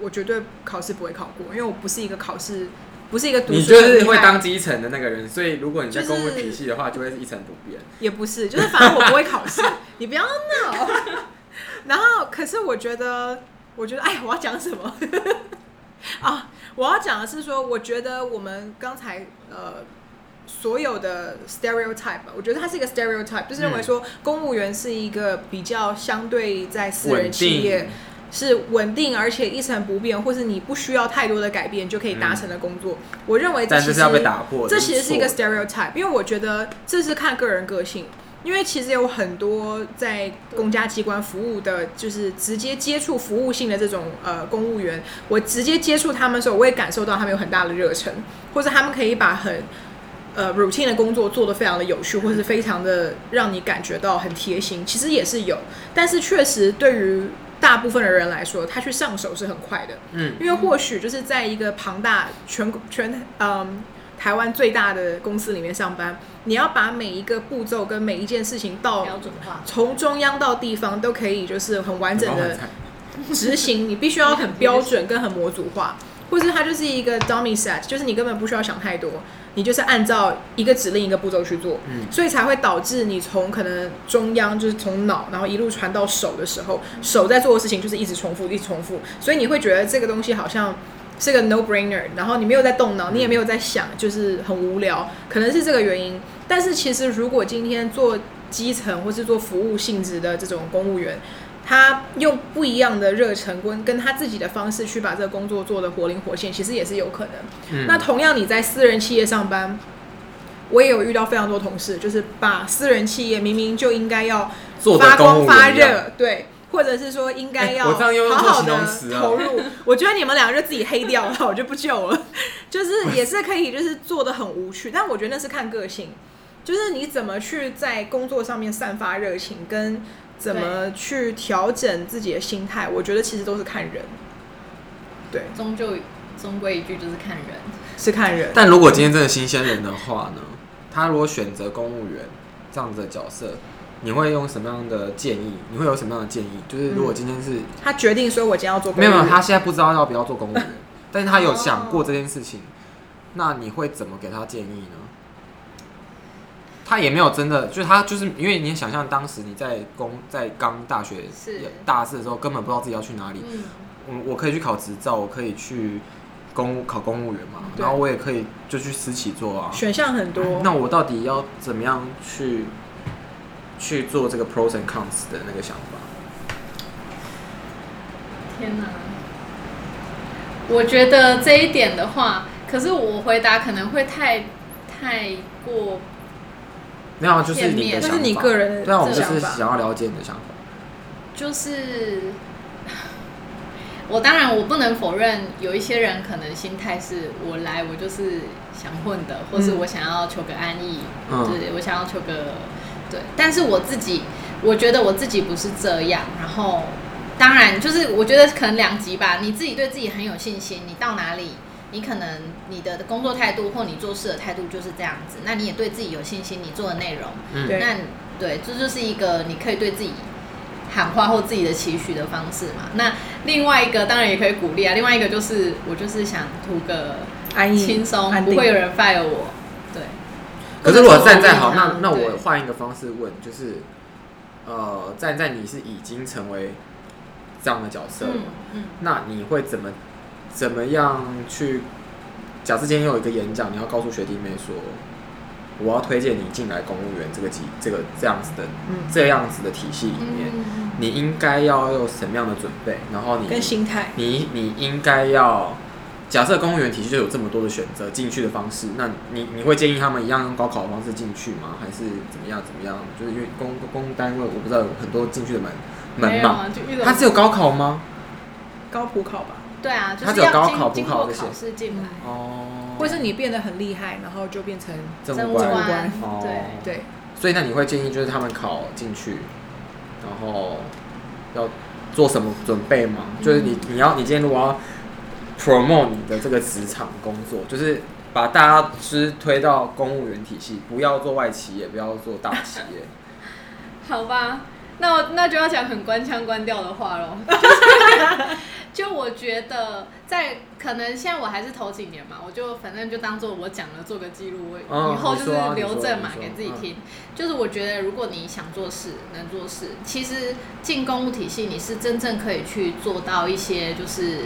Speaker 2: 我绝对考试不会考过，因为我不是一个考试，不是一个读书
Speaker 1: 你就是
Speaker 2: 很
Speaker 1: 会
Speaker 2: 厉害
Speaker 1: 当基层的那个人，所以如果你在公务
Speaker 2: 就是
Speaker 1: 体系的话，就会是一成不变。
Speaker 2: 也不是，就是反正我不会考试， 你不要闹。 然后，可是我觉得，我觉得，哎，我要讲什么 啊？我要讲的是说，我觉得我们刚才呃所有的 stereotype，吧我觉得它是一个 stereotype，就是认为说公务员是一个比较相对在私人
Speaker 1: 稳
Speaker 2: 企业
Speaker 1: 定，
Speaker 2: 是稳定而且一成不变，或是你不需要太多的改变就可以达成的工作。我认为这
Speaker 1: 嗯但
Speaker 2: 其
Speaker 1: 是
Speaker 2: 实
Speaker 1: 是要被打破。
Speaker 2: 这其实是一个
Speaker 1: 错的
Speaker 2: stereotype，因为我觉得这是看个人个性。因为其实有很多在公家机关服务的，就是直接接触服务性的这种呃公务员，我直接接触他们的时候，我也感受到他们有很大的热忱，或者他们可以把很呃 routine 的工作做得非常的有趣，或是非常的让你感觉到很贴心，其实也是有，但是确实对于大部分的人来说，他去上手是很快的，
Speaker 1: 嗯，
Speaker 2: 因为或许就是在一个庞大全全嗯台湾最大的公司里面上班，你要把每一个步骤跟每一件事情到
Speaker 3: 标准化。
Speaker 2: 从中央到地方都可以，就是很完整
Speaker 1: 很好很
Speaker 2: 的
Speaker 1: 惨
Speaker 2: 执行，你必须要很标准跟很模组化，或是它就是一个 dummy set，就是你根本不需要想太多，你就是按照一个指令一个步骤去做，
Speaker 1: 嗯
Speaker 2: 所以才会导致你从可能中央就是从脑，然后一路传到手的时候，手在做的事情就是一直重复，一直重复，所以你会觉得这个东西好像。是个 no brainer，然后你没有在动脑，你也没有在想，就是很无聊，可能是这个原因。但是其实如果今天做基层或是做服务性质的这种公务员，他用不一样的热忱跟跟他自己的方式去把这个工作做得活灵活现，其实也是有可能。
Speaker 1: 嗯，
Speaker 2: 那同样，你在私人企业上班，我也有遇到非常多同事，就是把私人企业明明就应该要
Speaker 1: 做
Speaker 2: 发
Speaker 1: 的
Speaker 2: 光
Speaker 1: 公务
Speaker 2: 发
Speaker 1: 员一样，
Speaker 2: 热，对，或者是说应该
Speaker 1: 哎
Speaker 2: 要
Speaker 1: 我这样又用
Speaker 2: 好
Speaker 1: 错
Speaker 2: 好
Speaker 1: 形
Speaker 2: 的
Speaker 1: 容词啊
Speaker 2: 投入。我觉得你们两个就自己黑掉了，我就不救了。 就是也是可以，就是做的很无趣，但我觉得那是看个性，就是你怎么去在工作上面散发热情，跟怎么去调整自己的心态，我觉得其实都是看人，对，
Speaker 3: 终究终归一句就是看人。
Speaker 2: 是看人。
Speaker 1: 但如果今天真的新鲜人的话呢，他如果选择公务员这样子的角色，你会用什么样的建议？你会有什么样的建议？就是如果
Speaker 2: 嗯
Speaker 1: 今天是、
Speaker 2: 他决定说，我今天要做公
Speaker 1: 没有没有，
Speaker 2: 务员
Speaker 1: 他现在不知道要不要做公务员，但是他有想过这件事情，那你会怎么给他建议呢？他也没有真的，就是他就是因为你也想象当时你在公在刚大学
Speaker 3: 是
Speaker 1: 大四的时候，根本不知道自己要去哪里，
Speaker 3: 嗯，
Speaker 1: 我我可以去考执照，我可以去公务考公务员嘛，
Speaker 2: 对
Speaker 1: 然后我也可以就去私企做啊。
Speaker 2: 选项很多，
Speaker 1: 那我到底要怎么样去去做这个 pros and cons 的那个想法？
Speaker 3: 天哪！我觉得这一点的话，可是我回答可能会太太过
Speaker 1: 没有啊，就是你的
Speaker 3: 片
Speaker 1: 想
Speaker 3: 面
Speaker 2: 那
Speaker 1: 法。
Speaker 2: 是你个人的
Speaker 1: 对啊，我们就
Speaker 2: 想
Speaker 1: 是
Speaker 2: 法。
Speaker 1: 想要了解你的想法。
Speaker 3: 就是，我当然我不能否认，有一些人可能心态是我来我就是想混的，或是
Speaker 2: 嗯
Speaker 3: 我想要求个安逸，
Speaker 1: 嗯
Speaker 3: 对，我想要求个对。但是我自己，我觉得我自己不是这样。然后，当然就是我觉得可能两极吧，你自己对自己很有信心，你到哪里。你可能你的工作态度或你做事的态度就是这样子，那你也对自己有信心，你做的内容，
Speaker 1: 嗯
Speaker 2: 对
Speaker 3: 那对，这就是一个你可以对自己喊话或自己的期许的方式嘛。那另外一个当然也可以鼓励啊，另外一个就是我就是想图个
Speaker 2: 安逸
Speaker 3: 轻松，
Speaker 2: 安
Speaker 3: 不
Speaker 2: 定
Speaker 3: 会有人 fire 我。对，
Speaker 1: 可是如果站在好，
Speaker 3: 或者是
Speaker 1: 那那
Speaker 3: 对
Speaker 1: 我换一个方式问，就是呃，站在你是已经成为这样的角色了
Speaker 3: 嗯嗯，
Speaker 1: 那你会怎么怎么样去？假设今天有一个演讲，你要告诉学弟妹说，我要推荐你进来公务员这个级这个这样子的
Speaker 2: 嗯，
Speaker 1: 这样子的体系里面，
Speaker 3: 嗯
Speaker 1: 你应该要有什么样的准备？然后你
Speaker 2: 跟心态，
Speaker 1: 你你应该要假设公务员体系就有这么多的选择进去的方式，那你你会建议他们一样用高考的方式进去吗？还是怎么样怎么样？就是因为公公务单位我不知道有很多进去的门
Speaker 3: 没
Speaker 1: 门
Speaker 3: 有
Speaker 1: 嘛，
Speaker 3: 啊，就遇到
Speaker 1: 它只有高考吗？
Speaker 2: 高普考吧，
Speaker 3: 对啊，就
Speaker 1: 他
Speaker 3: 是
Speaker 1: 只有
Speaker 3: 要
Speaker 1: 高
Speaker 3: 经
Speaker 1: 考补
Speaker 3: 经
Speaker 1: 考
Speaker 3: 过
Speaker 1: 这些
Speaker 3: 考试进来，
Speaker 1: 哦，
Speaker 2: 或是你变得很厉害，然后就变成
Speaker 1: 政
Speaker 3: 政
Speaker 1: 务
Speaker 3: 务
Speaker 1: 官
Speaker 3: 官
Speaker 1: 哦，
Speaker 3: 对。
Speaker 2: 对
Speaker 1: 所以那你会建议就是他们考进去，然后要做什么准备吗？就是你
Speaker 3: 嗯
Speaker 1: 你要你今天如果要 promote 你的这个职场工作，就是把大家就是推到公务员体系，不要做外企业，不要做大企业。
Speaker 3: 好吧，那我那就要讲很官腔官调的 话喽。就是就我觉得，在可能现在我还是头几年嘛，我就反正就当做我讲了做个记录，
Speaker 1: 嗯
Speaker 3: 我以后就
Speaker 1: 你说啊
Speaker 3: 是留证嘛，
Speaker 1: 你说
Speaker 3: 给自己
Speaker 1: 嗯
Speaker 3: 听。就是我觉得，如果你想做事，能做事，其实进公务体系，你是真正可以去做到一些就是。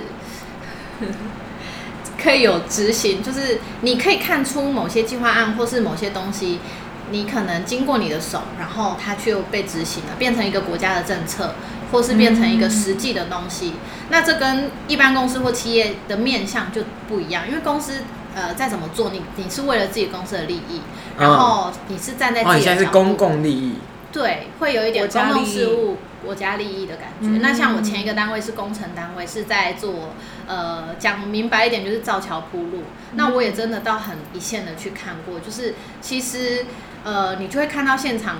Speaker 3: 可以有执行，就是你可以看出某些计划案或是某些东西，你可能经过你的手，然后它却又被执行了，变成一个国家的政策，或是变成一个实际的东西。那这跟一般公司或企业的面向就不一样，因为公司呃再怎么做，你你是为了自己公司的利益， 然
Speaker 1: 嗯，
Speaker 3: 后你是站在
Speaker 1: 哦，
Speaker 3: 自
Speaker 1: 你
Speaker 3: 己
Speaker 1: 现
Speaker 3: 的
Speaker 1: 在是
Speaker 3: 角度
Speaker 1: 公共利益，
Speaker 3: 对，会有一点
Speaker 2: 国家
Speaker 3: 公共
Speaker 2: 利益
Speaker 3: 事务国家利益的感觉。
Speaker 2: 嗯
Speaker 3: 那像我前一个单位是工程单位，是在做呃讲明白一点就是造桥铺路。
Speaker 1: 嗯
Speaker 3: 那我也真的到很一线的去看过，就是其实呃你就会看到现场。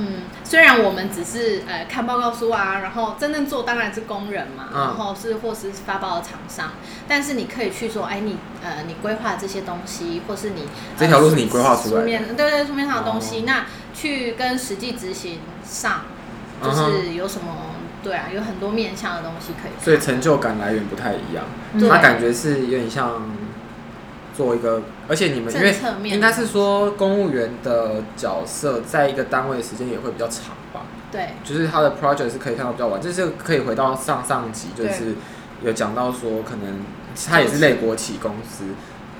Speaker 3: 嗯，虽然我们只是呃看报告书啊，然后真正做当然是工人嘛，
Speaker 1: 嗯
Speaker 3: 然后是或是发包的厂商，但是你可以去说，哎，你呃你规划这些东西，或是你、呃
Speaker 1: 这条路是你规划出来的
Speaker 3: 书面对对书面上的东西，那去跟实际执行上，就
Speaker 1: 嗯
Speaker 3: 是
Speaker 1: 哼
Speaker 3: 有什么、对啊，有很多面向的东西可以看，
Speaker 1: 所以成就感来源不太一样。
Speaker 3: 嗯对
Speaker 1: 他感觉是有点像做一个，而且你们因为
Speaker 3: 政策面
Speaker 1: 应该是说公务员的角色在一个单位的时间也会比较长吧，
Speaker 3: 对
Speaker 1: 就是他的 project 是可以看到比较晚，这是可以回到上上集，就
Speaker 2: 对
Speaker 1: 是有讲到说可能他也是类国企公司，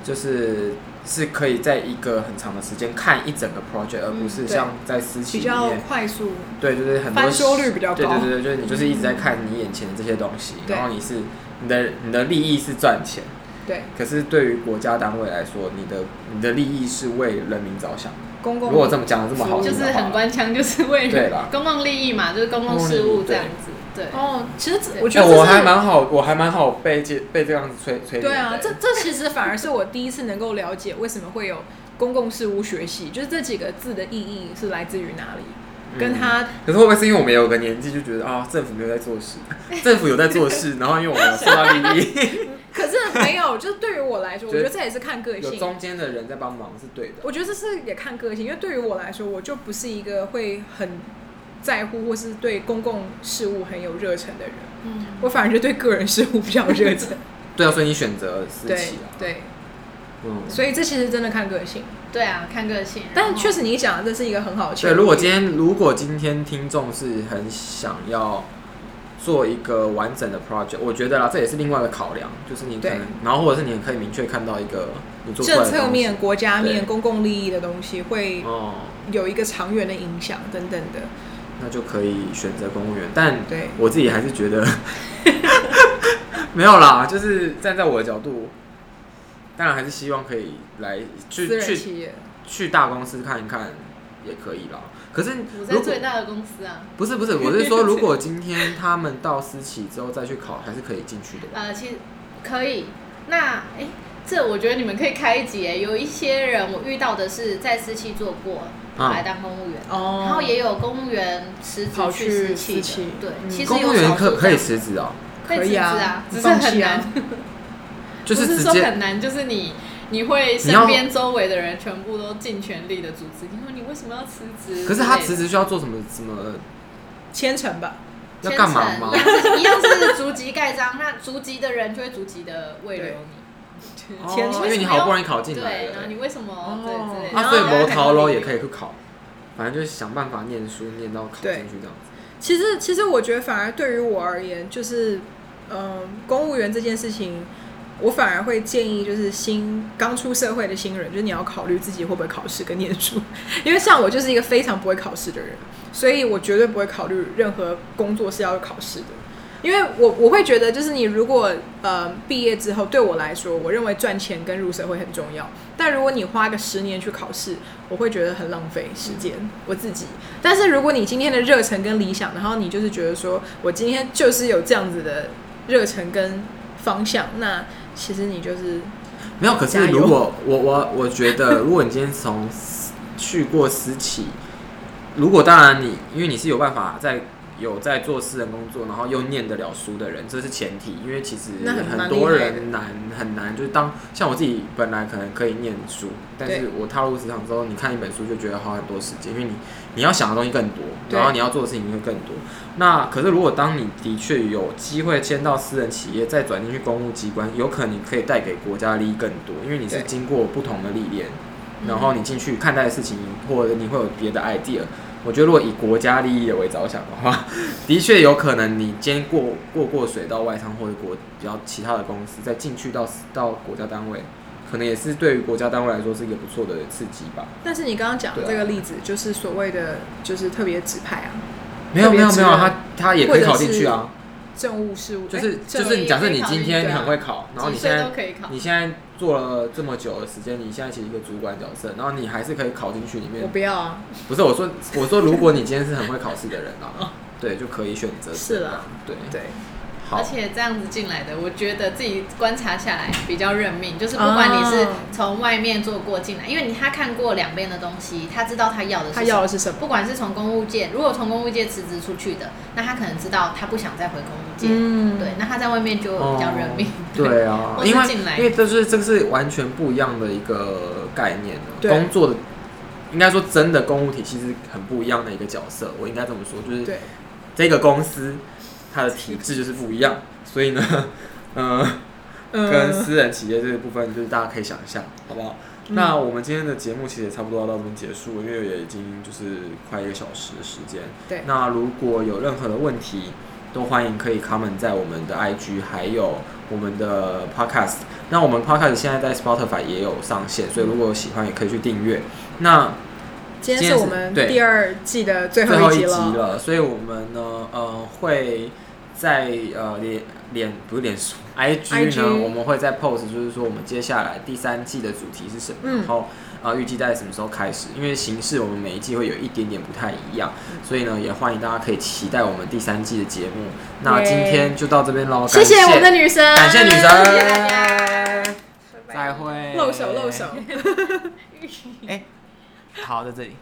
Speaker 1: 就是。是可以在一个很长的时间看一整个 project，而
Speaker 3: 嗯
Speaker 1: 不是
Speaker 2: 对
Speaker 1: 像在私企
Speaker 2: 比
Speaker 1: 里
Speaker 2: 较
Speaker 1: 面，
Speaker 2: 快速，
Speaker 1: 对，就是很多
Speaker 2: 翻修率比较高
Speaker 1: 对对对对，就是你就是一直在看你眼前的这些东西，
Speaker 2: 对
Speaker 1: 然后你是你的你的利益是赚钱，
Speaker 2: 对
Speaker 1: 可是对于国家单位来说，你的你的利益是为人民着想。
Speaker 2: 公共
Speaker 1: 如果这么讲的这么好
Speaker 3: 就
Speaker 1: 听的话，
Speaker 3: 是很官腔，就是为
Speaker 1: 对
Speaker 3: 了
Speaker 1: 啦
Speaker 3: 公共利益嘛，就是公共事务这样子，对。
Speaker 2: 哦，其实这
Speaker 3: 对
Speaker 2: 我觉
Speaker 1: 哎
Speaker 2: 得这
Speaker 1: 我
Speaker 2: 是
Speaker 1: 还蛮好，我还蛮好被这被这样子吹吹。
Speaker 2: 对啊，这这其实反而是我第一次能够了解为什么会有公共事务学系，就是这几个字的意义是来自于哪里，跟
Speaker 1: 嗯
Speaker 2: 他
Speaker 1: 可是会不会是因为我们有个年纪就觉得啊，政府没有在做事， 政府有在做事，然后因为我们有受到利 益，
Speaker 2: 可是没有，就是对于我 来说，我觉得这也是看个
Speaker 1: 有
Speaker 2: 性。
Speaker 1: 中间的人在帮忙是对的。
Speaker 2: 我觉得这是也看个性，因为对于我来说，我就不是一个会很在乎或是对公共事务很有热忱的人，
Speaker 3: 嗯
Speaker 2: 我反而就对个人事务比较有热忱。
Speaker 1: 对啊，所以你选择私
Speaker 2: 对
Speaker 1: 企啊，
Speaker 2: 对，
Speaker 1: 嗯，
Speaker 2: 所以这其实真的看个性，
Speaker 3: 对啊，看个性。
Speaker 2: 但确
Speaker 3: 实，
Speaker 2: 实你讲的这是一个很好的切
Speaker 1: 对，
Speaker 2: 入
Speaker 1: 如果
Speaker 2: 点
Speaker 1: 今天如果今天听众是很想要做一个完整的 project，我觉得啦，这也是另外的考量，就是你可能
Speaker 2: 对，
Speaker 1: 然后或者是你可以明确看到一个你做出来
Speaker 2: 政
Speaker 1: 的
Speaker 2: 策
Speaker 1: 东西
Speaker 2: 面、国家面、
Speaker 1: 对
Speaker 2: 公共利益的东西会
Speaker 1: 哦，
Speaker 2: 有一个长远的影响等等的。
Speaker 1: 那就可以选择公务员。但
Speaker 2: 对
Speaker 1: 我自己还是觉得 没有啦，就是站在我的角度，当然还是希望可以来去
Speaker 2: 私人
Speaker 1: 去
Speaker 2: 企业，
Speaker 1: 去大公司看一看也可以啦。可是
Speaker 3: 我在
Speaker 1: 如果
Speaker 3: 最大的公司啊，
Speaker 1: 不是不是，我是说，如果今天他们到私企之后再去考，还是可以进去的吧？
Speaker 3: 呃，其实可以。那哎，这我觉得你们可以开一集诶。有一些人我遇到的是在私企做过，跑来当公务员，
Speaker 2: 哦
Speaker 3: 然后也有公务员辞职
Speaker 2: 跑
Speaker 3: 去
Speaker 2: 去私
Speaker 3: 私企的
Speaker 2: 企。
Speaker 3: 对，
Speaker 2: 嗯
Speaker 3: 其实
Speaker 1: 公
Speaker 3: 有
Speaker 1: 务
Speaker 3: 少
Speaker 1: 员
Speaker 3: 数
Speaker 1: 可
Speaker 3: 这
Speaker 1: 可以
Speaker 3: 样
Speaker 1: 辞职哦，
Speaker 3: 可以
Speaker 2: 可以
Speaker 3: 辞职
Speaker 2: 啊
Speaker 3: 啊，
Speaker 2: 不
Speaker 3: 只是
Speaker 2: 放
Speaker 3: 很
Speaker 2: 弃啊
Speaker 3: 难，
Speaker 1: 就
Speaker 3: 不
Speaker 1: 直
Speaker 3: 说
Speaker 1: 接
Speaker 3: 很难，就是你你会
Speaker 1: 你要
Speaker 3: 身边周围的人全部都尽全力的阻止，你说你为什么要辞职？
Speaker 1: 可是他辞职需要做什么什么
Speaker 2: 千层吧，
Speaker 1: 要干嘛吗？
Speaker 3: 千层一样是逐级盖章，那逐级的人就会逐级的慰留你。
Speaker 1: 哦
Speaker 2: 前
Speaker 1: 因为你好不容易考进来
Speaker 3: 对，然后
Speaker 1: 了欸
Speaker 3: 你，为什么
Speaker 2: 哦
Speaker 3: 对之类的？
Speaker 1: 啊，所以
Speaker 3: 然后
Speaker 1: 摩陶喽也可
Speaker 3: 以。
Speaker 1: 以去考，反正就是想办法念书念到考进去这样子。
Speaker 2: 其实，其实我觉得反而对于我而言，就是，嗯、公务员这件事情，我反而会建议，就是新刚出社会的新人，就是你要考虑自己会不会考试跟念书， 因为像我就是一个非常不会考试的人，所以我绝对不会考虑任何工作是要考试的。因为我我会觉得，就是你如果呃毕业之后，对我来说，我认为赚钱跟入社会很重要。但如果你花个十年去考试，我会觉得很浪费时间，我自己。但是如果你今天的热忱跟理想，然后你就是觉得说我今天就是有这样子的热忱跟方向，那其实你就是
Speaker 1: 没有，可
Speaker 2: 加
Speaker 1: 是
Speaker 2: 油
Speaker 1: 如果我我我觉 得，如果你今天从私去过私企，如果当然你因为你是有办法在有在做私人工作，然后又念得了书的人，这是前提。因为其实
Speaker 2: 那很啊
Speaker 1: 很
Speaker 2: 蛮
Speaker 1: 多
Speaker 2: 厉害的
Speaker 1: 人难很难，就是当像我自己本来可能可以念书，但是
Speaker 2: 对
Speaker 1: 我踏入职场之后，你看一本书就觉得花很多时间，因为你你要想的东西更多，
Speaker 2: 对
Speaker 1: 然后你要做的事情会更多。那可是，如果当你的确有机会迁到私人企业，再转进去公务机关，有可能你可以带给国家的利益更多，因为你是
Speaker 2: 对嗯
Speaker 1: 经过不同的历练，然后你进去看待的事情，或者你会有别的 idea。我觉得，如果以国家利益为着想的话， 的确有可能你先过过过水到外商或者国比较其他的公司，再进去到到国家单位，可能也是对于国家单位来说是一个不错的刺激吧。
Speaker 2: 但是你刚刚讲的这个例子，就是所谓的就是特别指派啊，
Speaker 1: 没有
Speaker 2: 特
Speaker 1: 没
Speaker 2: 别
Speaker 1: 有
Speaker 2: 值
Speaker 1: 没有，
Speaker 2: 得
Speaker 1: 他他也可以考进去啊。
Speaker 2: 政务事务
Speaker 1: 就是
Speaker 2: 哎
Speaker 1: 就
Speaker 2: 政
Speaker 1: 是，你假设你今天
Speaker 3: 对
Speaker 1: 你
Speaker 3: 啊
Speaker 1: 很会考，然后你
Speaker 3: 几
Speaker 1: 现
Speaker 3: 岁都
Speaker 1: 在
Speaker 3: 可以考。
Speaker 1: 你现在做了这么久的时间，你现在其实一个主管角色，然后你还是可以考进去里
Speaker 2: 我
Speaker 1: 面。
Speaker 2: 不要啊，
Speaker 1: 不是我说我说，如果你今天是很会考试的人啊，对，就可以选择
Speaker 3: 哦是
Speaker 1: 了
Speaker 3: 啦，
Speaker 1: 对，
Speaker 2: 对，
Speaker 1: 好
Speaker 3: 而，且这样子进来的，我觉得自己观察下来比较认命，就是不管你是
Speaker 2: 哦
Speaker 3: 从外面做过进来，因为你他看过两边的东西，他知道他要的
Speaker 2: 他
Speaker 3: 是什
Speaker 2: 要
Speaker 3: 么。
Speaker 2: 的是什么？
Speaker 3: 不管是从公务界，如果从公务界辞职出去的，那他可能知道他不想再回公务界，
Speaker 2: 嗯
Speaker 3: 对，那他在外面就比较认命。
Speaker 1: 哦对啊，
Speaker 3: 或是
Speaker 1: 因为
Speaker 3: 进来
Speaker 1: 因为这是这个是完全不一样的一个概念了
Speaker 2: 对
Speaker 1: 工作的应该说真的公务体系是很不一样的一个角色，我应该这么说，就是
Speaker 2: 对，
Speaker 1: 这个公司它的体制就是不一样，所以呢， 嗯、
Speaker 2: 嗯
Speaker 1: 跟私人企业这个部分，就是大家可以想一下，好不好？
Speaker 2: 嗯
Speaker 1: 那我们今天的节目其实也差不多要到这边结束，因为也已经就是快一个小时的时间。
Speaker 2: 对
Speaker 1: 那如果有任何的问题，都欢迎可以 comment 在我们的 IG，还有我们的 podcast。那我们 podcast 现在在 Spotify 也有上线，所以如果喜欢也可以去订阅。那
Speaker 2: 今
Speaker 1: 今
Speaker 2: 天
Speaker 1: 天
Speaker 2: 是
Speaker 1: 是
Speaker 2: 我们
Speaker 1: 对
Speaker 2: 第二季的最
Speaker 1: 最后
Speaker 2: 后
Speaker 1: 一
Speaker 2: 集
Speaker 1: 集
Speaker 2: 了。
Speaker 1: 了，所以我们呢，呃，会在呃脸脸不是脸书 IG 呢
Speaker 2: IG
Speaker 1: 我们会在 post，就是说我们接下来第三季的主题是什么，
Speaker 2: 嗯
Speaker 1: 然后呃预计在什么时候开始？因为形式我们每一季会有一点点不太一样，
Speaker 2: 嗯
Speaker 1: 所以呢，也欢迎大家可以期待我们第三季的节目。那
Speaker 2: 耶
Speaker 1: 今天就到这边喽，
Speaker 3: 谢谢
Speaker 1: 感
Speaker 3: 我们的女神，
Speaker 1: 感谢女神
Speaker 3: 谢谢大家。
Speaker 1: 再会，
Speaker 2: 露手露手，
Speaker 1: 哎、好，在这里。